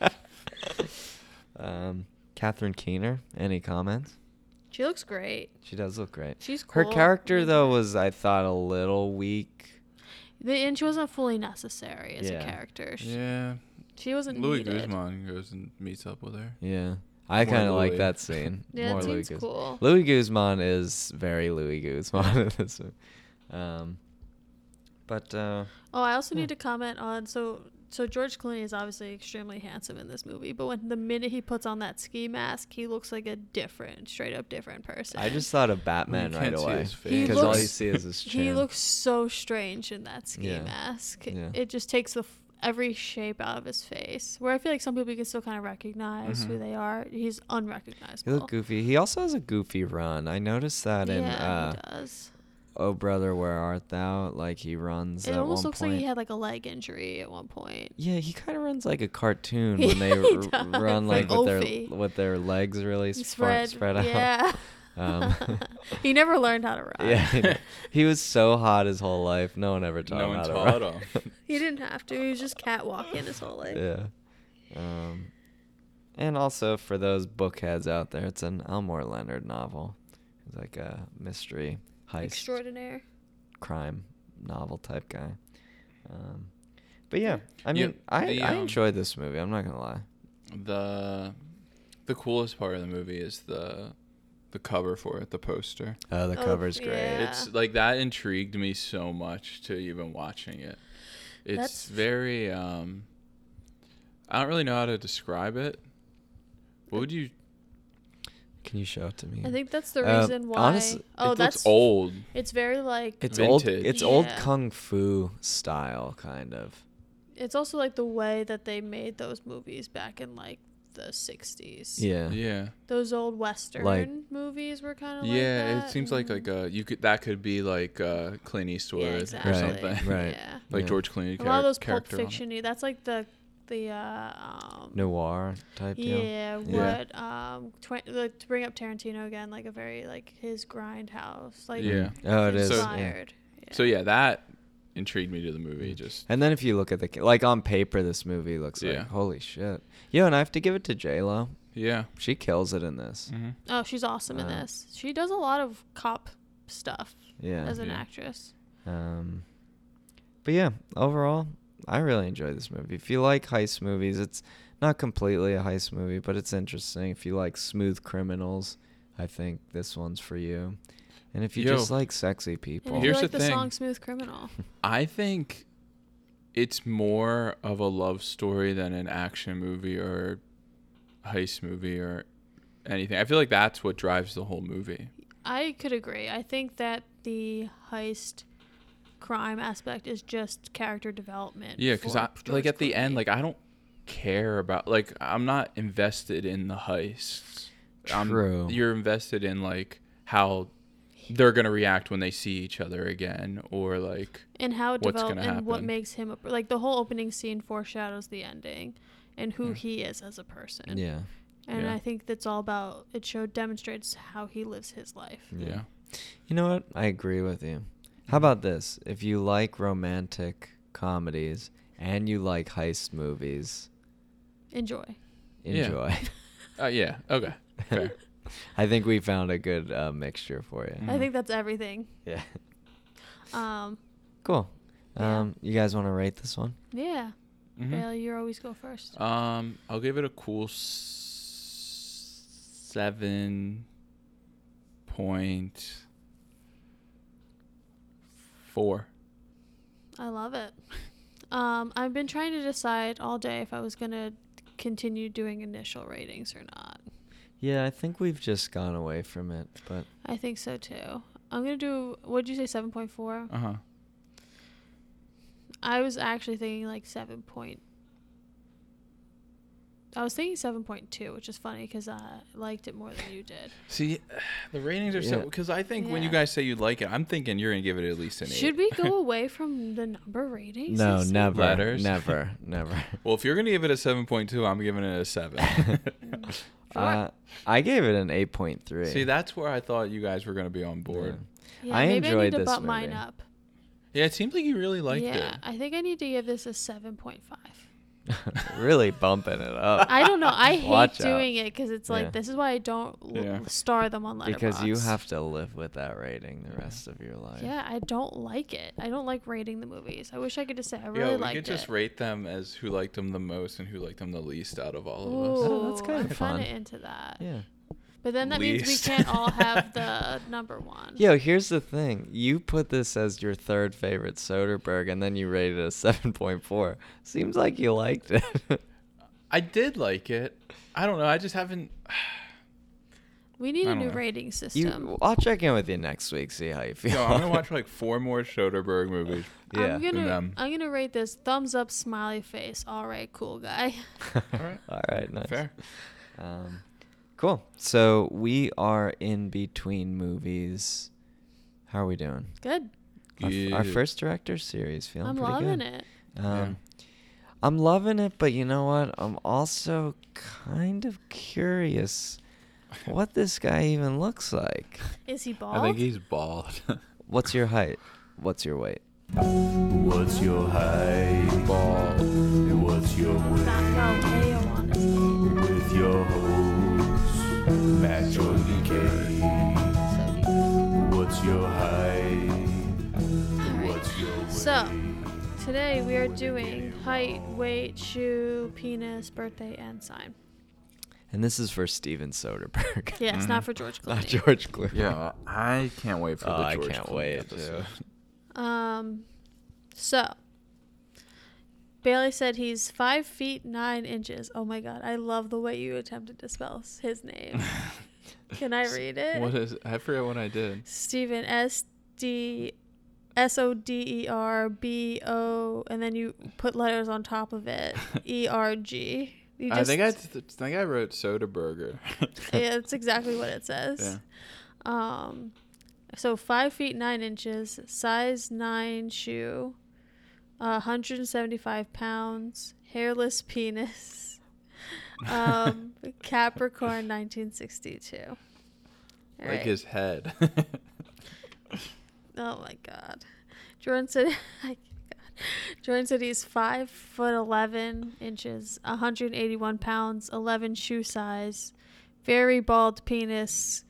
S1: Um, Catherine Keener, any comments?
S2: she looks great
S1: She does look great.
S2: she's cool
S1: Her character though was I thought a little weak.
S2: the, and she wasn't fully necessary as
S1: Yeah.
S2: a character she,
S3: yeah,
S2: she wasn't
S3: Louis
S2: needed.
S3: Guzman goes and meets up with her.
S1: Yeah. I
S3: More
S1: kind of like
S3: Louis.
S1: that scene.
S2: yeah
S1: More
S2: that
S1: Louis
S2: seems
S1: Guzman.
S2: cool
S1: Louis Guzman is very Louis Guzman in this one. Um, but uh,
S2: Oh, I also
S1: Yeah.
S2: need to comment on so so George Clooney is obviously extremely handsome in this movie, but when the minute he puts on that ski mask, he looks like a different, straight up different person.
S1: I just thought of Batman right
S3: can't see
S1: away
S3: his face.
S1: because all
S2: looks-
S1: you see is his chin.
S2: he looks so strange in that ski
S1: Yeah.
S2: mask.
S1: Yeah.
S2: It just takes the f- every shape out of his face. Where I feel like some people you can still kind of recognize who
S3: Mhm.
S2: they are. He's
S1: Mm-hmm. He
S2: unrecognizable.
S1: looked goofy. He also has a goofy run. I noticed that in
S2: yeah,
S1: uh,
S2: he does.
S1: "Oh Brother, Where Art Thou." Like he runs.
S2: It
S1: at
S2: almost
S1: one
S2: looks
S1: point.
S2: like he had like a leg injury at one point.
S1: Yeah, he kind of runs like a cartoon
S2: Yeah,
S1: when they
S2: he
S1: r-
S2: does.
S1: run like
S2: Like
S1: with their
S2: Opie.
S1: with their legs really
S2: He
S1: spread spread out.
S2: Yeah.
S1: Um,
S2: he never learned how to run.
S1: yeah, I know. he was so hot his whole life. No one ever taught
S3: No
S1: him
S3: one
S1: how to
S3: taught
S1: run.
S3: him.
S2: He didn't have to. He was just catwalking his whole life.
S1: yeah. Um, and also for those bookheads out there, it's an Elmore Leonard novel. It's like a mystery heist
S2: Extraordinaire.
S1: crime novel type guy. Um, but yeah, I mean,
S3: Yeah,
S1: I
S3: the,
S1: I
S3: um,
S1: enjoyed this movie. I'm not gonna lie.
S3: the the coolest part of the movie is the the cover for it, the poster.
S1: Oh, the
S2: Oh,
S1: cover's great.
S2: yeah.
S3: It's like that intrigued me so much to even watching it. It's
S2: That's-
S3: very um I don't really know how to describe it. What would you
S1: Can you show it to me?
S2: I think that's the
S1: Uh,
S2: reason why.
S1: honest-
S2: oh,
S3: it
S2: that's
S3: looks old.
S2: It's very like
S1: it's old.
S3: vintage.
S1: It's old
S2: Yeah.
S1: kung fu style, kind of.
S2: it's also like the way that they made those movies back in like the 60s.
S1: Yeah.
S3: Yeah.
S2: Those old western
S1: Like-
S2: movies were kind of like
S3: yeah,
S2: that,
S3: it seems like
S2: and-
S3: like uh you could that could be like uh Clint Eastwood
S2: yeah,
S3: or
S2: exactly.
S3: something.
S1: Right.
S2: Yeah.
S3: like
S1: Yeah.
S3: George Clooney
S2: A lot of
S3: charac-
S2: those pulp
S3: character. on it.
S2: fictiony. That's like the the uh um
S1: Noir type deal.
S2: Yeah,
S1: Yeah.
S2: what um tw- like, to bring up Tarantino again, like a very like his grindhouse, like
S3: Yeah.
S1: Oh, it is. yeah.
S2: inspired.
S3: So yeah, that intrigued me to the
S2: Mm.
S3: movie. Just
S1: And then if you look at the ca- like on paper, this movie looks like
S3: Yeah.
S1: holy shit. Yo, and I have to give it to J Lo.
S3: yeah.
S1: She kills it in this.
S3: Mhm.
S2: Oh, she's awesome in
S1: Uh,
S2: this. She does a lot of cop stuff
S1: Yeah.
S2: as an
S3: Yeah.
S2: actress.
S1: Um, but yeah, overall, I really enjoy this movie. If you like heist movies, it's not completely a heist movie, but it's interesting. If you like smooth criminals, I think this one's for you. And if you
S3: Yo.
S1: just like sexy
S2: And
S1: people,
S2: if you
S3: Here's
S2: like
S3: the
S2: the,
S3: thing.
S2: song "Smooth Criminal,"
S3: I think it's more of a love story than an action movie or heist movie or anything. I feel like that's what drives the whole movie.
S2: I could agree. I think that the heist crime aspect is just character development.
S3: Yeah, because
S2: for
S3: I like
S2: George
S3: at the end,
S2: Clooney.
S3: like I don't care about like I'm not invested in the heists. I'm-
S1: True.
S3: you're invested in like how they're gonna react when they see each other again, or like
S2: and how it
S3: what's
S2: develop and
S3: gonna
S2: what
S3: happen.
S2: makes him a, like the whole opening scene foreshadows the ending and
S1: Hmm.
S2: who he is as a person.
S1: yeah.
S2: And
S3: Yeah.
S2: I think that's all about it show demonstrates how he lives his life.
S1: Yeah.
S3: yeah,
S1: You know what? I agree with you. How about this? If you like romantic comedies and you like heist movies,
S2: Enjoy.
S3: Yeah.
S1: enjoy.
S3: uh, yeah, okay, fair.
S1: I think we found a good uh, mixture for you.
S2: I
S3: Mhm.
S2: think that's everything.
S1: Yeah.
S2: Um
S1: Cool.
S2: Yeah.
S1: Um, you guys want to rate this one?
S2: yeah.
S3: Mhm.
S2: Bailey, you always go first.
S3: Um, I'll give it a cool s- seven point four.
S2: I love it. Um I've been trying to decide all day if I was going to continue doing initial ratings or not.
S1: Yeah, I think we've just gone away from it, but
S2: I think so too. I'm going to do what did you say 7.4?
S3: Uh huh.
S2: I was actually thinking like seven point. I was thinking seven point two, which is funny because I liked it more than you did.
S3: See, the ratings are so
S1: Yeah.
S3: because I think when you
S2: Yeah.
S3: guys say you like it, I'm thinking you're gonna give it at least an eight.
S2: Should we go away from the number ratings?
S1: no,
S2: It's-
S1: never,
S3: letters.
S1: never, never.
S3: Well, if you're gonna give it a seven point two, I'm giving it a seven.
S2: Sure.
S1: Uh, I gave it an eight point three.
S3: See, that's where I thought you guys were gonna be on
S1: Yeah.
S3: board.
S2: Yeah,
S1: I
S2: maybe I
S1: enjoyed
S2: need to
S1: this
S2: bump mine
S1: movie.
S2: up.
S3: Yeah, it seems like you really liked
S2: yeah,
S3: it.
S2: I think I need to give this a seven point five.
S1: really bumping it up.
S2: I don't know. I hate
S1: Oh. Watch out.
S2: doing it 'cause it because it's like
S1: Yeah.
S2: this is why I don't l-
S3: Yeah.
S2: star them on Letterboxd.
S1: because you have to live with that rating the rest of your life.
S2: Yeah, I don't like it. I don't like rating the movies. I wish I could just say I
S3: yeah,
S2: really
S3: we
S2: liked
S3: could just
S2: it.
S3: rate them as who liked them the most and who liked them the least out of all of us.
S2: Ooh,
S1: Oh, that's
S2: I'm
S1: kinda fun.
S2: kind of into that.
S1: Yeah.
S2: But then that means
S3: Least.
S2: we can't all have the number one.
S1: Yo, here's the thing. You put this as your third favorite Soderbergh, and then you rated it a seven point four. Seems like you liked it.
S3: I did like it. I don't know. I just haven't.
S2: We need
S3: I
S2: a
S3: don't
S2: new
S3: know.
S2: rating system.
S1: you, I'll check in with you next week. See how you feel.
S3: Yo, I'm gonna watch like four more Soderbergh movies.
S1: yeah.
S2: I'm gonna
S3: them.
S2: I'm gonna rate this thumbs up smiley face. All right, cool guy.
S1: All
S3: right.
S1: All right. Nice.
S3: Fair.
S1: Um, cool. So we are in between movies. How are we doing?
S2: Good.
S1: Our, f- our
S3: Good.
S1: first director series feeling
S2: I'm
S1: pretty
S2: loving
S1: good.
S2: it.
S1: Um, I'm loving it, but you know what? I'm also kind of curious what this guy even looks like.
S2: Is he bald?
S3: I think he's bald.
S1: What's your height? What's your weight?
S4: What's your height?
S3: bald.
S4: What's your width?
S2: Not no hair on his head.
S4: With your host, match or decay.
S2: So he-
S4: What's your height?
S2: all right.
S4: What's your width?
S2: So today we are doing height, weight, shoe, penis, birthday, and sign.
S1: And this is for Steven Soderbergh,
S2: Yeah, it's Mm-hmm. not for George Clooney.
S1: not George Clooney.
S3: Yeah, I can't wait for
S1: Oh,
S3: the
S1: I
S3: George
S1: can't
S3: Clooney
S1: wait.
S3: episode.
S1: dude.
S2: Um, so Bailey said he's five feet nine inches. Oh my god, I love the way you attempted to spell s- his name. Can I read it?
S3: What is? I forget what I did.
S2: Stephen S D S O D E R B O, and then you put letters on top of it. E R G. You
S3: I think I th- think I wrote soda burger.
S2: yeah, that's exactly what it says. Um, so five feet nine inches, size nine shoe, uh, 175 pounds, hairless penis, um, Capricorn 1962. All
S3: like
S2: right.
S3: his head.
S2: Oh my god. Jordan said I- God. Jordan said he's five foot eleven inches, hundred and eighty one pounds, eleven shoe size, very bald penis,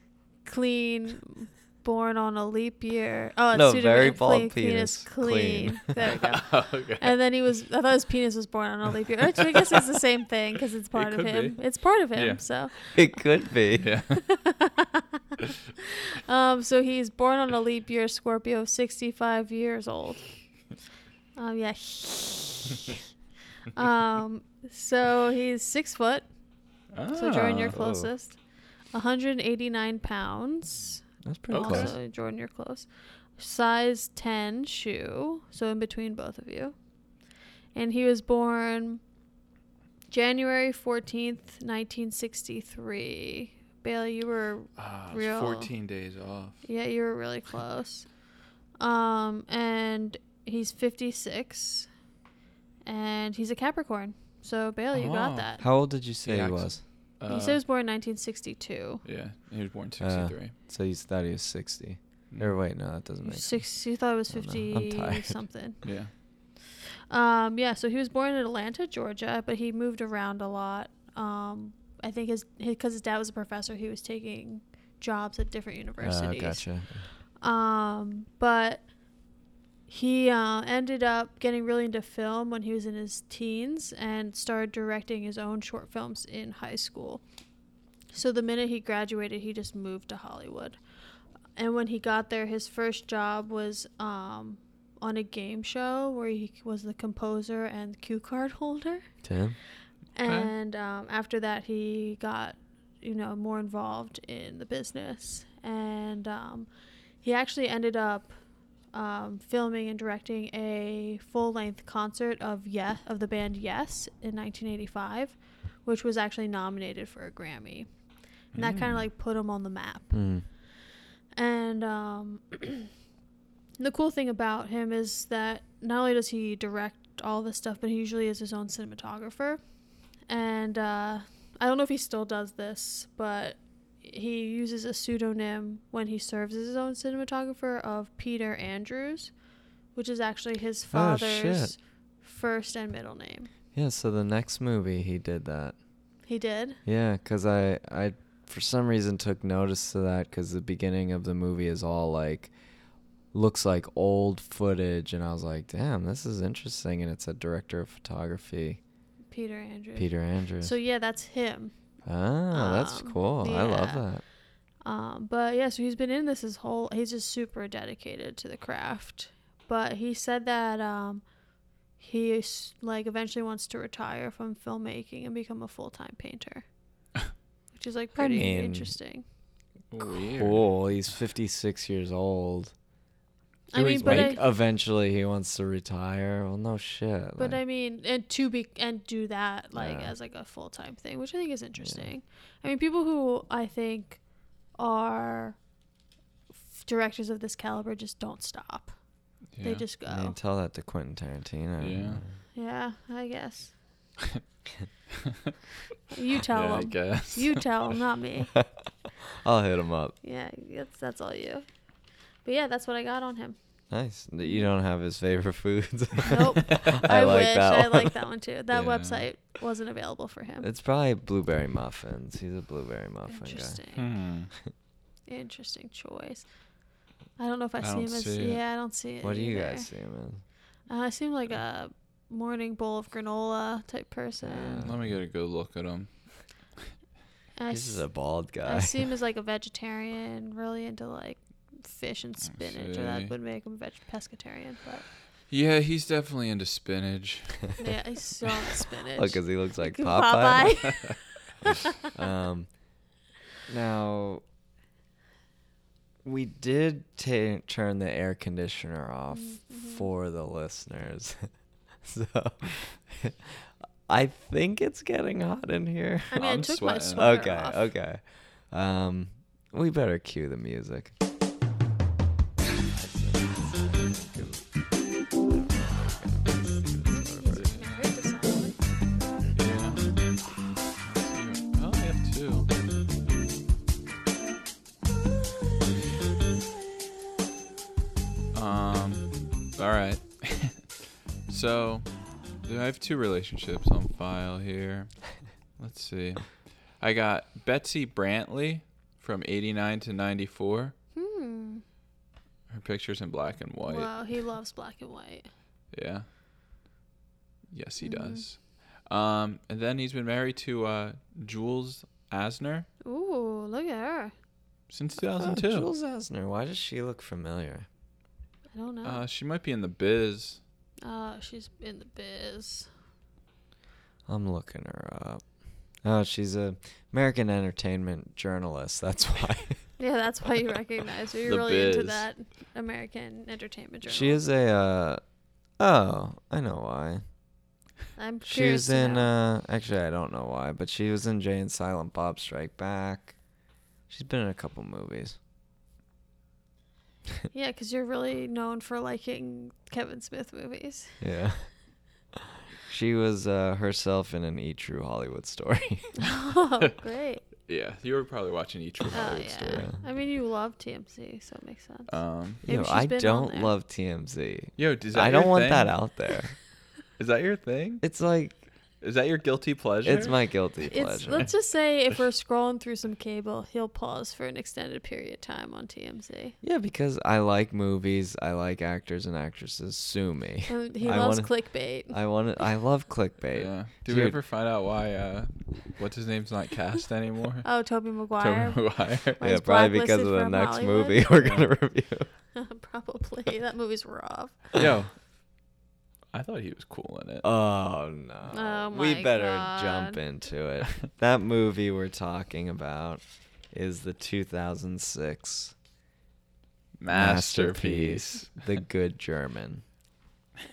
S2: clean, born on a leap year. Oh it's
S1: No,
S2: pseudo-
S1: very
S2: clean-
S1: bald penis,
S2: clean.
S1: clean.
S2: There we go.
S3: okay.
S2: And then he was, I thought his penis was born on a leap year. Which I guess it's the same thing because it's part of
S3: could
S2: him.
S3: be.
S2: It's part of him.
S3: Yeah.
S2: So,
S1: It could be.
S3: yeah.
S2: um, so he's born on a leap year, Scorpio, 65 years old. Um, yeah. um, so he's six foot. So Jordan, you're
S3: Ah.
S2: closest. 189 pounds.
S1: That's pretty
S3: Okay.
S1: close.
S2: Also, Jordan, you're close. Size 10 shoe. So in between both of you. And he was born January 14th, 1963. Bailey, you were
S3: Ah, it's
S2: Real.
S3: 14 days off.
S2: yeah, you were really close. Um, and he's 56, and he's a Capricorn. So Bailey, you
S3: Oh.
S2: got that.
S1: How old did you say
S3: Yeah,
S1: he
S3: ex-
S1: was?
S3: Uh,
S2: he said he was born in 1962.
S3: yeah, he was born
S1: Uh,
S3: 63.
S1: So you thought he was 60.
S3: Mm.
S1: Or wait, no, that doesn't make sense.
S2: Six. You thought it was
S1: I don't know.
S2: 50
S1: I'm tired.
S2: something.
S3: yeah.
S2: Um, yeah. So he was born in Atlanta, Georgia, but he moved around a lot. Um, I think his because his dad was a professor, he was taking jobs at different
S1: Uh,
S2: universities.
S1: gotcha.
S2: Um, but he uh, ended up getting really into film when he was in his teens and started directing his own short films in high school. So the minute he graduated, he just moved to Hollywood. And when he got there, his first job was um, on a game show where he was the composer and cue card holder.
S1: Damn.
S2: And um, after that, he got, you know, more involved in the business. And um, he actually ended up um, filming and directing a full length concert of Yes of the band Yes in 1985, which was actually nominated for a Grammy. And that
S3: Mm.
S2: kind of like put him on the map.
S1: Mm.
S2: And um, the cool thing about him is that not only does he direct all this stuff, but he usually is his own cinematographer. And uh, I don't know if he still does this, but he uses a pseudonym when he serves as his own cinematographer of Peter Andrews, which is actually his
S1: Oh,
S2: father's
S1: shit.
S2: first and middle name.
S1: Yeah, so the next movie he did that.
S2: He did.
S1: Yeah, because I, I, for some reason, took notice to that because the beginning of the movie is all like, looks like old footage. And I was like, damn, this is interesting. And it's a director of photography,
S2: Peter Andrews.
S1: Peter Andrews.
S2: So yeah, that's him.
S1: ah, that's
S2: um,
S1: cool. I love
S2: yeah.
S1: that.
S2: Um, but yeah, so he's been in this his whole. He's just super dedicated to the craft. But he said that um, he s- like eventually wants to retire from filmmaking and become a full time painter, which is like
S1: I
S2: pretty
S1: mean,
S2: interesting.
S3: Weird.
S1: Cool. He's 56 years old.
S2: I
S3: so
S2: mean,
S3: he's
S2: but
S1: like,
S2: I,
S1: eventually he wants to retire. Well, no shit.
S2: but
S1: like,
S2: I mean, and to be and do that like
S1: Yeah.
S2: as like a full time thing, which I think is interesting. I mean, people who I think are f- directors of this caliber just don't stop.
S3: Yeah.
S2: They just go.
S1: I mean, tell that to Quentin Tarantino. you
S3: Yeah.
S1: know.
S2: Yeah, I guess. you tell
S3: yeah, I
S2: 'em.
S3: guess.
S2: You tell 'em, not me.
S1: I'll hit him up.
S2: Yeah, that's that's all you. But yeah, that's what I got on him.
S1: Nice. N- You don't have his favorite foods.
S2: Nope. I,
S1: like
S2: wish
S1: that
S2: I
S1: one.
S2: like that one too. That
S3: Yeah.
S2: website wasn't available for him.
S1: It's probably blueberry muffins. He's a blueberry muffin guy.
S2: Interesting.
S3: Hmm.
S2: Interesting choice. I don't know if I,
S3: I
S2: see
S3: don't
S2: him as
S3: see it.
S2: yeah, I don't see it.
S1: What do you
S2: either.
S1: guys see him
S2: Uh, I seem like a morning bowl of granola type person.
S3: Let me get a good look at him.
S1: in?
S2: I
S1: He's
S2: s-
S1: just a bald
S2: I
S1: guy.
S2: see him as like a vegetarian, really into like fish and spinach, or
S3: see.
S2: that would make him veg- pescatarian. But
S3: Yeah, he's definitely into spinach.
S2: yeah, he's so into spinach.
S1: Look, because he looks like
S2: Like
S1: Popeye.
S2: Popeye.
S1: um, Now, we did ta turn the air conditioner off
S2: Mm-hmm.
S1: for the listeners. so, I think it's getting hot in here.
S2: I mean, i
S3: I'm
S2: took my sweater
S3: sweating.
S1: okay,
S2: off.
S1: okay. Um, we better cue the music.
S2: I heard the sound.
S3: Yeah. Oh, I have two. Um. All right. so, I have two relationships on file here. Let's see. I got Betsy Brantley from '89 to '94.
S2: Hmm.
S3: Her picture's in black and white.
S2: Wow, he loves black and white.
S3: Yeah. Yes, he
S2: Mhm.
S3: does. Um, and then he's been married to uh, Jules Asner
S2: Ooh, look at her.
S3: since
S1: Oh,
S3: 2002.
S1: Jules Asner, why does she look familiar?
S2: I don't know.
S3: Uh, she might be in the biz.
S2: oh, she's in the biz.
S1: I'm looking her up. Oh, she's a American entertainment journalist. That's why.
S2: Yeah, that's why you recognize her. You're
S3: The
S2: really into
S3: biz.
S2: that American entertainment journal.
S1: She is a. Uh, oh, I know why.
S2: I'm
S1: She
S2: curious.
S1: was
S2: to
S1: in.
S2: know.
S1: Uh, actually, I don't know why, but she was in Jay and Silent Bob Strike Back. She's been in a couple movies.
S2: Yeah, because you're really known for liking Kevin Smith movies.
S1: Yeah. she was uh, herself in an E True Hollywood story.
S2: oh, great.
S3: Yeah, you were probably watching each one.
S2: Oh,
S3: Hollywood
S2: yeah.
S3: Story.
S2: I mean, you love TMC, so it makes sense.
S3: Um,
S2: Maybe
S1: Yo,
S2: she's
S1: I
S2: been on
S1: don't
S2: there.
S1: love TMZ.
S3: yo, is that
S1: I
S3: your
S1: don't want
S3: thing?
S1: that out there.
S3: Is that your thing?
S1: It's like
S3: Is that your guilty pleasure?
S1: it's my guilty
S2: it's,
S1: pleasure.
S2: let's just say if we're scrolling through some cable, he'll pause for an extended period of time on TMC.
S1: Yeah, because I like movies. I like actors and actresses. Sue me.
S2: And he
S1: I
S2: loves
S1: wanna-
S2: clickbait.
S1: I want. I love clickbait.
S3: Yeah. Did we
S1: Dude.
S3: ever find out why? Uh, what's his name's not cast anymore?
S2: oh, Toby Maguire.
S3: Tobey Maguire.
S2: Why
S1: yeah,
S2: he's
S1: probably because of
S2: blacklisted
S1: the
S2: from
S1: next
S2: Hollywood?
S1: movie we're gonna review.
S2: Probably. That movie's rough.
S3: Yo, I thought he was cool in it.
S1: Oh no.
S2: Oh,
S1: we
S2: my
S1: better
S2: God.
S1: jump into it. that movie we're talking about is the 2006
S3: Masterpiece.
S1: The Good German.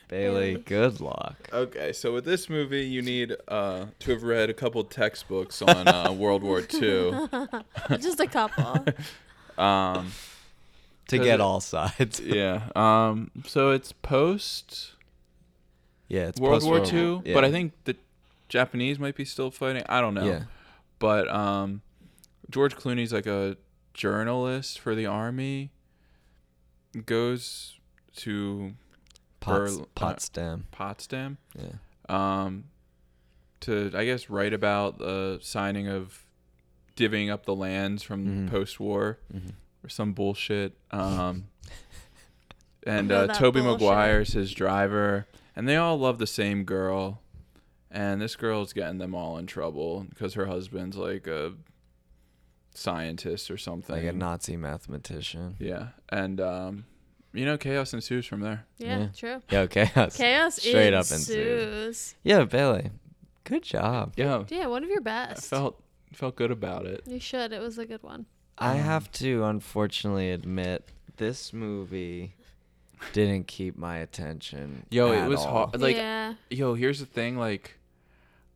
S1: Bailey,
S2: Bailey.
S1: good luck.
S3: Okay, so with this movie, you need uh, to have read a couple textbooks on uh, World War II.
S2: Just a couple.
S3: Um,
S1: To
S3: Does
S1: get
S3: it-
S1: all sides.
S3: Uh, yeah. Um, so it's post
S1: Yeah, it's
S3: World War
S1: post-World
S3: II,
S1: yeah.
S3: but I think the Japanese might be still fighting. I don't know.
S1: Yeah.
S3: But um, George Clooney's like a journalist for the army. Goes to
S1: Pots,
S3: Berl- uh,
S1: Potsdam.
S3: Potsdam
S1: Yeah.
S3: um, to I guess write about the signing of divvying up the lands from
S1: Mhm.
S3: post-war
S1: Mhm.
S3: or some bullshit. Um, and
S2: know
S3: uh,
S2: that
S3: Toby
S2: bullshit.
S3: Maguire's his driver, and they all love the same girl, and this girl's getting them all in trouble because her husband's like a scientist or something.
S1: Like a Nazi mathematician.
S3: yeah, and um, you know, chaos ensues from there.
S2: Yeah,
S1: Yeah.
S2: true.
S1: Yeah, chaos.
S2: Chaos
S1: Straight up
S2: ensues.
S1: Yeah, Bailey. Good job.
S3: Yeah,
S2: Yeah, one of your
S3: I
S2: best.
S3: felt felt good about it.
S2: You should. It was a good one.
S1: I
S3: Um,
S1: have to unfortunately admit this movie didn't keep my attention.
S3: Yo, it
S1: at
S3: was
S1: all.
S3: hard. Like
S2: yeah.
S3: yo here's the thing like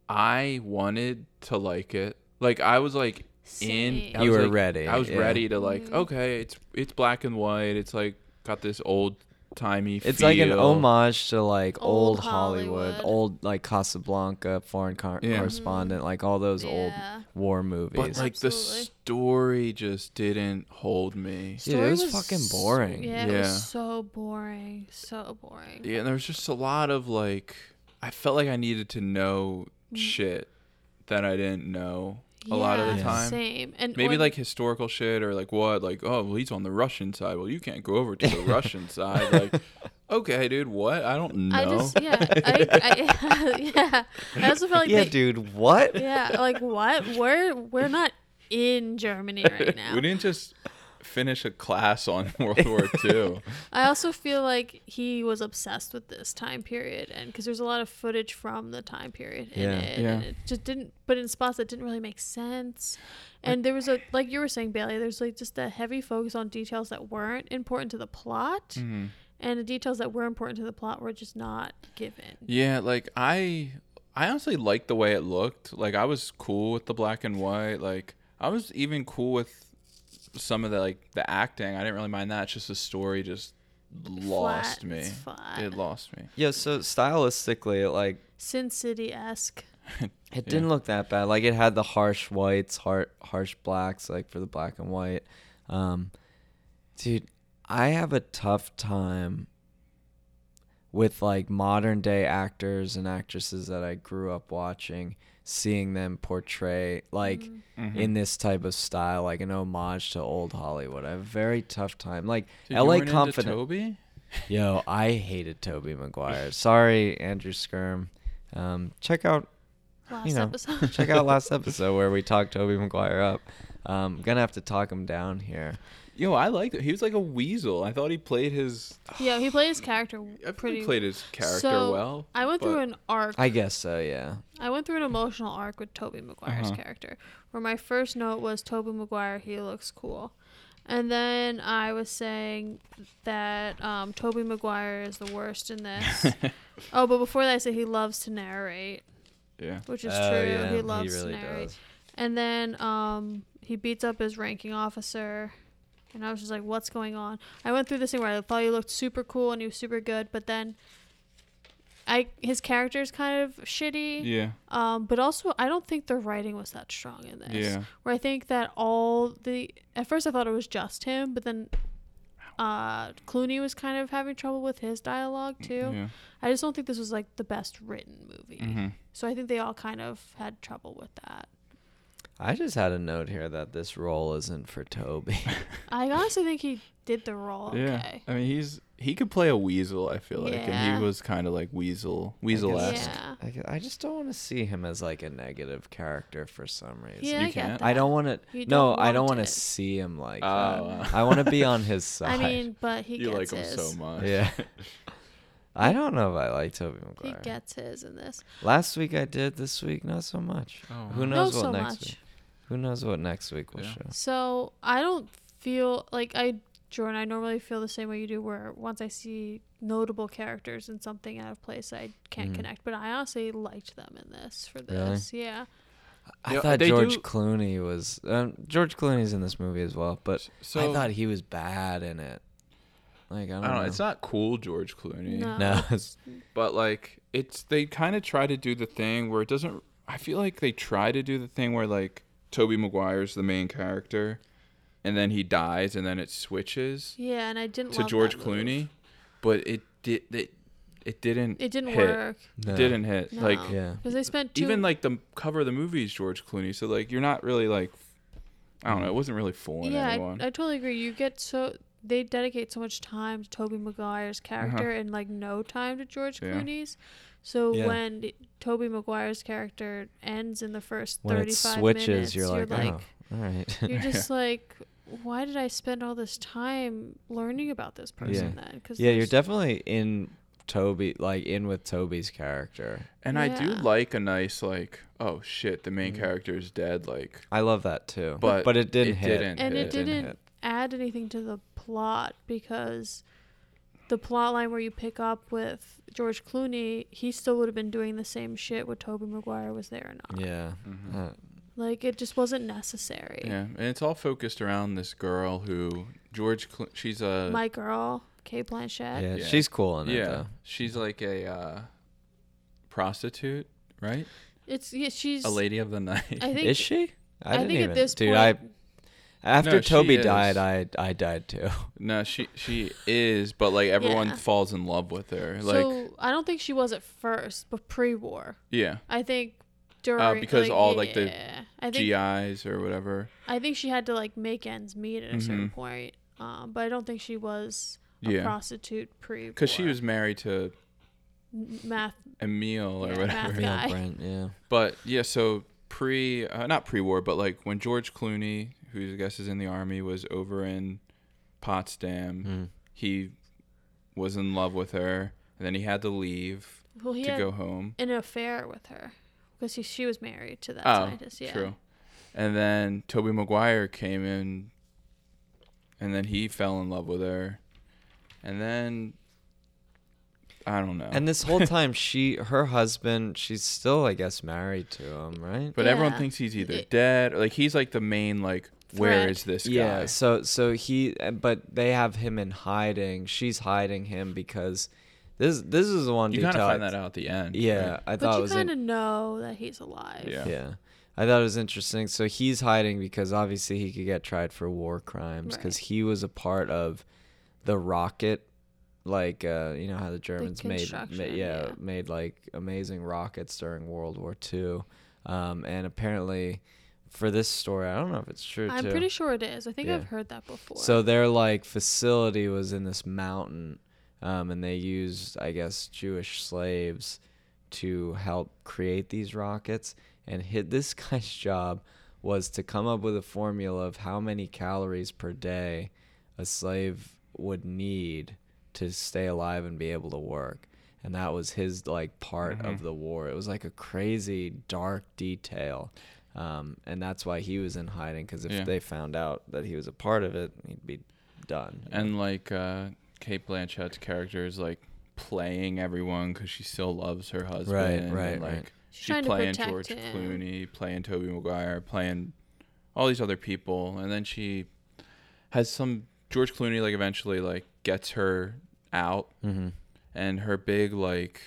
S3: i wanted to like it like i was like in
S2: Same.
S3: I
S1: You
S3: was,
S1: were
S3: like-
S1: ready,
S3: i was
S1: yeah.
S3: ready to like
S2: Mhm.
S3: okay it's it's black and white it's like got this old timey
S1: It's like an homage to like
S2: Old
S1: old, Hollywood,
S2: Hollywood. Mm-hmm.
S1: old like Casablanca, foreign cor-
S3: Yeah. Mhm.
S1: correspondent, like all those old
S2: Yeah.
S1: war
S3: but
S1: movies.
S3: like the
S2: Absolutely.
S3: story just didn't hold me
S1: Dude, it
S2: Story
S1: was fucking
S2: s-
S1: boring.
S2: Yeah, it
S3: Yeah.
S2: was so boring. So boring.
S3: yeah and there was just a lot of like i felt like i needed to know shit that i didn't know a lot of the
S2: Mm. Yeah,
S3: time
S2: Same. And
S3: Maybe
S2: when-
S3: like historical shit or like what? Like, oh, well, he's on the Russian side. Well, you can't go over to the Russian side. Like, okay, dude, what? I don't know.
S2: I just yeah. I, I, yeah. I also felt like
S1: yeah,
S2: they-
S1: dude, what?
S2: Yeah, like what? We're we're not in Germany right now.
S3: we didn't just finish a class on World War II.
S2: I also feel like he was obsessed with this time period, and because there's a lot of footage from the time period in
S1: Yeah.
S2: it,
S3: Yeah.
S2: and it just didn't. But in spots that didn't really make sense, and there was a like you were saying, Bailey. There's like just a heavy focus on details that weren't important to the plot,
S3: Mm-hmm.
S2: and the details that were important to the plot were just not given.
S3: Yeah, like I I honestly liked the way it looked. Like I was cool with the black and white. Like I was even cool with some of the like the acting. I didn't really mind that. It's just the story just lost
S2: Flat,
S3: me.
S2: it's flat.
S3: It lost me.
S1: Yeah, so stylistically, it like
S2: Sin City esque.
S1: it didn't look that bad. Like it had the harsh whites, har harsh blacks, like for the black and white. Um, dude, I have a tough time with like modern day actors and actresses that I grew up watching, seeing them portray like
S3: Mm-hmm.
S1: in this type of style, like an homage to old Hollywood. I have a very tough time. Like
S3: Dude, you
S1: L.A.
S3: weren't into
S1: Confident.
S3: Toby?
S1: Yo, I hated Toby Maguire. Sorry, Andrew Skirm. Um, check out
S2: Last
S1: you know
S2: episode.
S1: check out last episode where we talked Toby Maguire up. Um, gonna have to talk him down here.
S3: Yo, I liked it. He was like a weasel. I thought he played his
S2: yeah, he played his character
S3: I pretty
S2: pretty
S3: he played his character
S2: so,
S3: well.
S2: I went through
S3: but-
S2: an arc
S1: I guess so. Yeah.
S2: I went through an emotional arc with Toby Maguire's
S1: Uh-huh.
S2: character, where my first note was Toby Maguire, he looks cool. And then I was saying that um, Toby Maguire is the worst in this. oh, but before that, I said he loves to narrate,
S3: Yeah.
S2: which is
S1: Oh,
S2: true.
S1: yeah,
S2: he
S1: he
S2: loves
S1: really
S2: to narrate.
S1: does.
S2: And then um, he beats up his ranking officer. And I was just like, what's going on? I went through this thing where I thought he looked super cool and he was super good, but then I his character is kind of shitty.
S3: Yeah.
S2: Um, but also, I don't think the writing was that strong in this.
S3: Yeah.
S2: Where I think that all the at first I thought it was just him, but then uh, Clooney was kind of having trouble with his dialogue too.
S3: Mm, Yeah.
S2: I just don't think this was like the best written movie.
S3: Mhm.
S2: So I think they all kind of had trouble with that.
S1: I just had a note here that this role isn't for Toby.
S2: I honestly think he did the role okay.
S3: I mean, he's he could play a weasel. I feel like, and
S2: Yeah.
S3: he was kind of like weasel, weasel-esque.
S2: Yeah.
S1: I, gu- I just don't want to see him as like a negative character for some reason.
S2: Yeah,
S3: You
S2: I get
S3: can't.
S2: that.
S1: I don't want to.
S2: You
S1: No,
S2: don't
S1: I don't
S2: want
S1: want to
S2: it.
S1: see him like
S3: Oh,
S1: that.
S3: uh.
S1: I want to be on his
S2: I
S1: side.
S2: mean, but he
S3: You like
S2: gets
S3: him
S2: his.
S3: so much.
S1: yeah. I don't know if I like Toby
S2: He
S1: Maguire.
S2: gets his in this.
S1: Last week I did. This week not so much.
S3: Oh,
S1: Who
S3: wow.
S1: knows what
S2: Not so
S1: next
S2: much.
S1: week? Who knows what next week will
S3: Yeah.
S1: show?
S2: So I don't feel like I, Jordan. I normally feel the same way you do, where once I see notable characters in something out of place, I can't
S1: Mhm.
S2: connect. But I honestly liked them in this for
S1: Really?
S2: this. Yeah,
S1: I
S3: Yeah,
S1: thought
S3: they
S1: George
S3: do-
S1: Clooney was um, George Clooney's in this movie as well, but
S3: So
S1: I thought he was bad in it. Like I don't,
S3: I don't
S1: know.
S3: know. It's not cool, George Clooney.
S2: No.
S1: no, it's-
S3: But like, it's they kind of try to do the thing where it doesn't. I feel like they try to do the thing where like Toby Maguire's the main character, and then he dies, and then it switches
S2: yeah, and I didn't
S3: to
S2: love
S3: George
S2: that move.
S3: Clooney, but it did it, it didn't
S2: It didn't
S3: hit.
S2: work.
S1: no.
S3: It didn't hit like
S2: No.
S1: Yeah.
S2: Because they spent two,
S3: even like the cover of the movie is George Clooney, so like you're not really like I don't know, it wasn't really fooling
S2: yeah, I,
S3: anyone.
S2: I totally agree. You get so they dedicate so much time to Toby Maguire's character and like no time to George
S3: Uh-huh. Yeah.
S2: Clooney's. So
S1: Yeah.
S2: when Toby Maguire's character ends in the first
S1: When it
S2: thirty-five
S1: switches,
S2: minutes,
S1: you're like,
S2: like
S1: oh, all right.
S2: you're just like, why did I spend all this time learning about this person then? Cause
S1: yeah, you're
S2: there's-
S1: definitely in Toby, like in with Toby's character.
S3: and I do
S2: yeah.
S3: like a nice like, oh shit, the main character is dead, like
S1: I love that too,
S3: But
S1: but it didn't
S3: it
S1: hit.
S3: didn't.
S2: and
S3: hit.
S2: it
S3: It
S1: didn't
S2: didn't
S1: hit.
S2: add anything to the plot because the plot line where you pick up with George Clooney, he still would have been doing the same shit with Toby Maguire was there or not.
S1: Yeah,
S3: Mm-hmm.
S1: Uh,
S2: Like it just wasn't necessary.
S3: Yeah. And it's all focused around this girl who George Clo- she's a
S2: My girl, Kate Blanchett.
S1: yeah,
S3: Yeah.
S1: she's cool in it
S3: yeah,
S1: though.
S3: she's like a uh, prostitute, right?
S2: It's yeah, she's
S3: A lady of the night.
S2: I think
S1: Is she? I,
S2: I
S1: didn't
S2: think
S1: even.
S2: at this
S1: dude,
S2: point
S1: I after
S3: No, she
S1: Toby
S3: is.
S1: died, I I died too.
S3: no, she she is, but like everyone
S2: Yeah.
S3: falls in love with her. Like
S2: so I don't think she was at first, but pre war.
S3: yeah,
S2: I think during
S3: Uh, because all, like, the
S2: yeah. I think
S3: GIs or whatever.
S2: I think she had to like make ends meet at a certain point. Um, but I don't think she was a
S3: Mm-hmm. Yeah.
S2: prostitute pre
S3: Cuz she was married to
S2: math.
S3: Emil or
S2: Yeah, math
S3: whatever.
S1: Yeah,
S2: guy.
S1: Brent, yeah.
S3: But yeah, so pre uh, not pre-war, but like when George Clooney, who I guess is in the army, was over in Potsdam.
S1: Mm.
S3: He was in love with her, and then he had to leave
S2: Well, he
S3: to
S2: had
S3: go home.
S2: an affair with her because she was married to that
S3: oh,
S2: scientist. Yeah.
S3: true. And then Toby Maguire came in, and then he fell in love with her, and then I don't know.
S1: And this whole time, she, her husband, she's still, I guess, married to him, right?
S3: but everyone
S2: Yeah.
S3: thinks he's either
S2: It-
S3: dead, or like he's like the main like. Where
S2: Threat.
S3: is this guy?
S1: Yeah. So, so he, uh, but they have him in hiding. She's hiding him because this, this is the one
S3: You kind
S1: detail.
S3: of
S1: I-
S3: find that out at the end.
S1: Yeah,
S3: right?
S1: I thought
S2: But
S1: it
S2: you
S1: was in-
S2: kind of know that he's alive.
S3: Yeah.
S1: Yeah. I thought it was interesting. So he's hiding because obviously he could get tried for war crimes because
S2: Right.
S1: he was a part of the rocket, like uh, you know how the Germans made, ma-
S2: construction,
S1: yeah,
S2: yeah.
S1: made like amazing rockets during World War Two, um, and apparently for this story, I don't know if it's true
S2: I'm
S1: too.
S2: pretty sure it is. I think I've
S1: Yeah.
S2: heard that before.
S1: So their like facility was in this mountain, um, and they used, I guess, Jewish slaves to help create these rockets. And hit this guy's job was to come up with a formula of how many calories per day a slave would need to stay alive and be able to work. And that was his like part of the war. It was like a crazy dark detail. Um, and that's why he was in hiding because if
S3: Yeah.
S1: they found out that he was a part of it, he'd be done.
S3: And like uh Kate Blanchett's character is like playing everyone because she still loves her husband. and,
S1: right,
S3: Like
S1: right.
S2: She's
S3: she
S2: trying to
S3: playing
S2: protect
S3: George
S2: him.
S3: Clooney, playing Toby Maguire, playing all these other people, and then she has some George Clooney like eventually like gets her out,
S1: hmm
S3: and her big like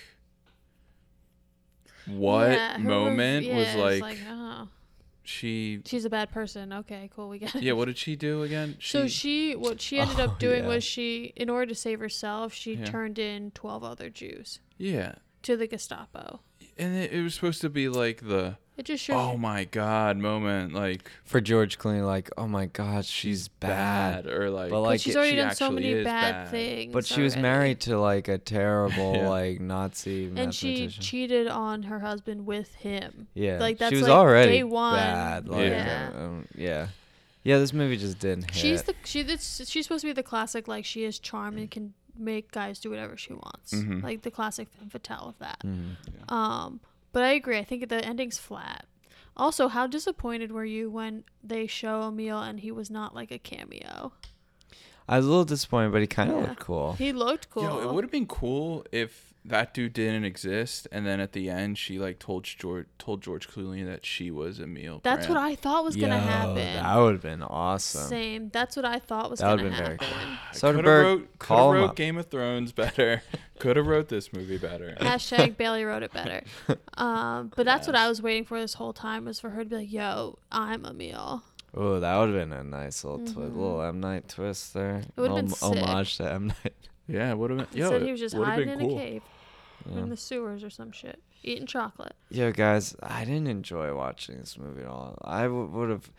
S3: what
S2: Yeah, her ref-
S3: moment
S2: yeah,
S3: was
S2: it's
S3: like,
S2: oh,
S3: she
S2: she's a bad person. Okay, cool. We get it.
S3: yeah what did she do again
S2: so she, what she ended
S1: Oh,
S2: up doing
S1: yeah.
S2: was she, in order to save herself, she
S3: Yeah.
S2: turned in 12 other Jews
S3: yeah
S2: to the Gestapo.
S3: and it, it was supposed to be like the
S2: It just shows.
S3: oh my god moment like
S1: For George Clooney, like, oh my God, she's, bad.
S3: or like
S1: But,
S2: 'Cause
S1: like,
S2: she's
S1: it-
S2: already
S3: she
S2: done so
S3: actually
S2: many
S3: is
S2: bad,
S3: bad.
S2: things.
S1: But she was
S2: already.
S1: married to like a terrible
S3: Yeah.
S1: like Nazi
S2: and she
S1: mathematician.
S2: cheated on her husband with him.
S1: yeah,
S2: like, that's,
S1: she was
S2: like,
S1: already
S2: day one.
S1: bad. Like,
S2: Yeah.
S1: yeah. Um, yeah, yeah. This movie just didn't hit.
S2: She's the she that's she's supposed to be the classic like she is charming
S1: Mm.
S2: and can make guys do whatever she wants.
S1: Mm-hmm.
S3: Mhm.
S2: Like the classic femme fatale of that.
S1: Mhm.
S2: Um but I agree. I think the ending's flat. Also, how disappointed were you when they show Emil and he was not like a cameo?
S1: I was a little disappointed, but he kind of
S2: Yeah.
S1: looked cool.
S2: He looked cool.
S3: Yo, it would have been cool if that dude didn't exist, and then at the end she like told George told George Clooney that she was Emil.
S2: That's what I thought was gonna
S1: Yo, That
S2: happen.
S1: would have been awesome.
S2: Same. That's what I thought was
S1: That would've
S2: gonna
S1: been very
S2: happen.
S1: cool.
S3: Soderbergh
S1: Soderbergh,
S3: wrote,
S1: call
S3: call
S1: him
S3: wrote
S1: up.
S3: Game of Thrones better. could have wrote this movie better.
S2: Hashtag Bailey wrote it better. Um, but that's what I was waiting for this whole time was for her to be like, "Yo, I'm Emil."
S1: Oh, that would have been a nice little twi- little M Night twist there.
S2: Mm-hmm. It would've been sick.
S1: homage to M Night.
S3: Yeah, would have been.
S2: He
S3: Yo,
S2: said he was just
S3: would have
S2: hiding
S3: been
S2: in
S3: cool.
S2: a cave or in the sewers or some shit, eating chocolate.
S1: Yo, guys, I didn't enjoy watching this movie at all. I w- would have,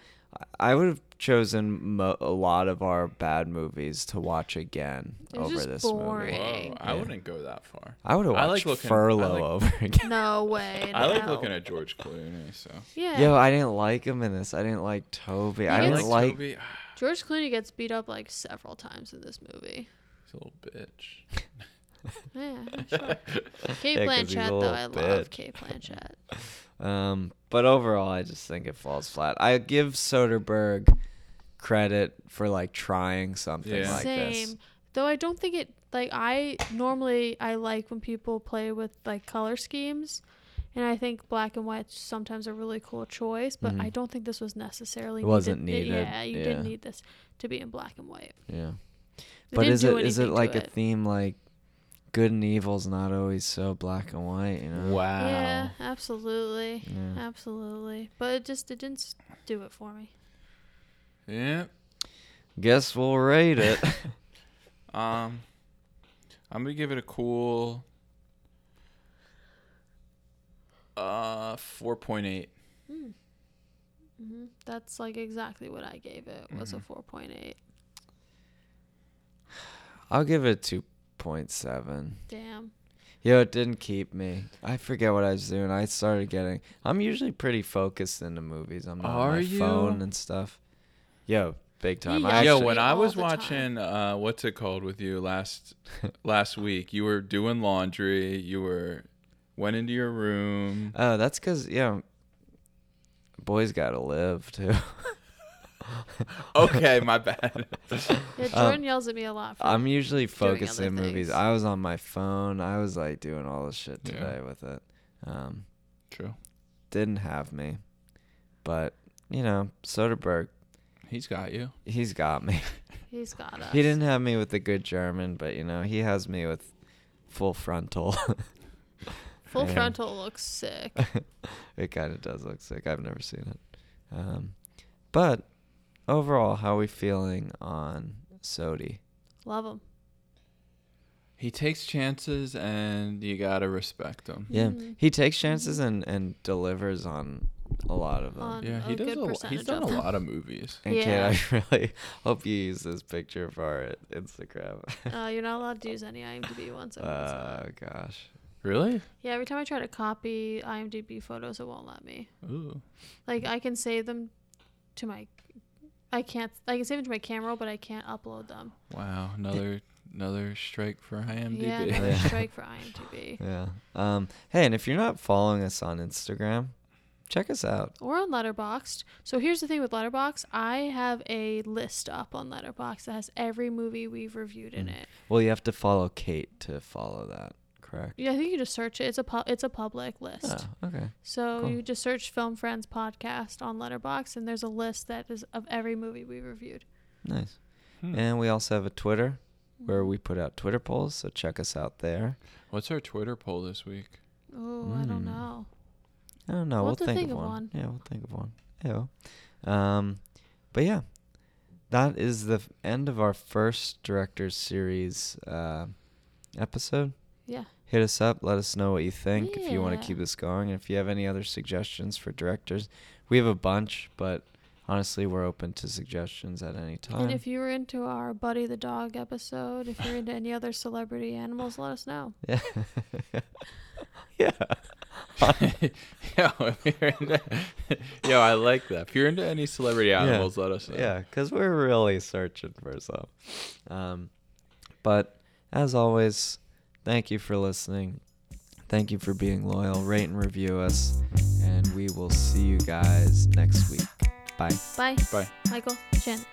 S1: I would have chosen mo- a lot of our bad movies to watch again
S2: It was
S1: over
S2: just
S1: this movie.
S2: boring.
S3: Whoa, I
S1: Yeah.
S3: wouldn't go that far.
S1: I would have
S3: I
S1: watched
S3: like looking- I
S1: Furlough
S3: like-
S1: over again.
S2: No way.
S3: I like
S2: no.
S3: looking at George Clooney. So
S2: Yeah.
S1: Yo, I didn't like him in this. I didn't like Toby. I
S2: You
S1: didn't
S2: like
S1: like.
S3: Toby. He's
S2: George Clooney gets beat up like several times in this movie.
S3: a little bitch.
S2: Yeah, sure. Kate
S1: Yeah, 'cause he's a
S2: Blanchett though,
S1: little
S2: I love
S1: bitch.
S2: Kate Blanchett.
S1: Um, but overall, I just think it falls flat. I give Soderbergh credit for like trying something
S3: Yeah.
S1: like
S2: Same.
S1: this.
S2: Though I don't think it like I normally I like when people play with like color schemes. And I think black and white sometimes a really cool choice, but I don't think this was necessarily
S1: It wasn't
S2: needed.
S1: needed,
S2: Yeah, you
S1: yeah.
S2: didn't need this to be in black and white.
S1: Yeah.
S2: They
S1: But
S2: didn't
S1: is
S2: do
S1: it is it
S2: anything to
S1: like a
S2: it.
S1: theme like good and evil's not always so black and white, you know?
S3: Wow.
S2: Yeah, absolutely,
S1: Yeah.
S2: absolutely. But it just it didn't s- do it for me.
S3: Yeah.
S1: Guess we'll rate it.
S3: Um, I'm gonna give it a cool uh 4.8.
S2: hmm That's like exactly what I gave it. Was
S1: Mm-hmm.
S2: a four point eight.
S1: I'll give it a two point seven.
S2: Damn.
S1: Yo, it didn't keep me. I forget what I was doing. I started getting I'm usually pretty focused into movies. I'm not on
S3: Are
S1: my
S3: you?
S1: phone and stuff. Yo, big time.
S2: He
S1: I
S3: Yo,
S2: actually
S3: when I
S2: all
S3: was
S2: the time.
S3: watching uh, what's it called with you last last week, you were doing laundry. You were went into your room.
S1: Oh, that's because you know, boys gotta live too.
S3: Okay, my bad.
S2: Yeah, Jordan yells at me a lot. For
S1: Um, I'm usually focused
S2: other
S1: in movies.
S2: things.
S1: I was on my phone. I was like doing all this shit
S3: Yeah.
S1: today with it. Um,
S3: True.
S1: didn't have me, but you know, Soderbergh,
S3: He's got you.
S1: he's got me.
S2: he's got us.
S1: he didn't have me with the good German, but you know, he has me with full frontal.
S2: Full
S1: Yeah.
S2: frontal looks sick.
S1: it kind of does look sick. I've never seen it. Um, but overall, how are we feeling on Sodi?
S2: Love him.
S3: He takes chances, and you gotta respect him.
S1: Yeah,
S2: Mhm.
S1: he takes chances and and delivers on a lot of them.
S2: On-
S3: Yeah, he
S2: A
S3: does.
S2: good
S3: A, lo- he's
S2: percentage
S3: done a
S2: of them.
S3: lot of movies.
S1: and
S2: Yeah.
S1: Kate, I really hope you use this picture for our Instagram.
S2: Uh, you're not allowed to use any IMDb ones.
S1: Oh gosh,
S3: Really?
S2: yeah, every time I try to copy IMDb photos, it won't let me.
S3: Ooh.
S2: Like I can save them to my, I can't. I can save them to my camera, roll, but I can't upload them.
S3: Wow. Another another strike for IMDb.
S2: Yeah, another strike for IMDb.
S1: yeah. Um, hey, and if you're not following us on Instagram, check us out.
S2: Or on Letterboxd. So here's the thing with Letterboxd. I have a list up on Letterboxd that has every movie we've reviewed in it.
S1: Well, you have to follow Kate to follow that, correct?
S2: Yeah, I think you just search it. It's a pu- it's a public list.
S1: Oh, okay.
S2: So
S1: Cool.
S2: you just search Film Friends podcast on Letterbox, and there's a list that is of every movie we reviewed.
S1: Nice.
S3: Hmm.
S1: And we also have a Twitter where we put out Twitter polls, so check us out there.
S3: What's our Twitter poll this week?
S2: Oh, I
S1: Mm.
S2: don't know.
S1: I don't know.
S2: We'll
S1: We'll,
S2: have to
S1: think, of one. Yeah, we'll think of one. Ew. Um, but yeah, that is the f- end of our first director series uh, episode.
S2: Yeah.
S1: Hit us up. Let us know what you think. If you want
S2: Yeah.
S1: to keep this going, and if you have any other suggestions for directors, we have a bunch. But honestly, we're open to suggestions at any time.
S2: And if you were into our Buddy the Dog episode, if you're into any other celebrity animals, let us know.
S1: yeah. yeah.
S3: Yo, if you're into, yo, I like that. If you're into any celebrity animals, let us know.
S1: Yeah, because we're really searching for some. Um, but as always, thank you for listening. Thank you for being loyal. Rate and review us. And we will see you guys next week. Bye.
S2: Bye.
S3: Bye.
S2: Michael, Shannon.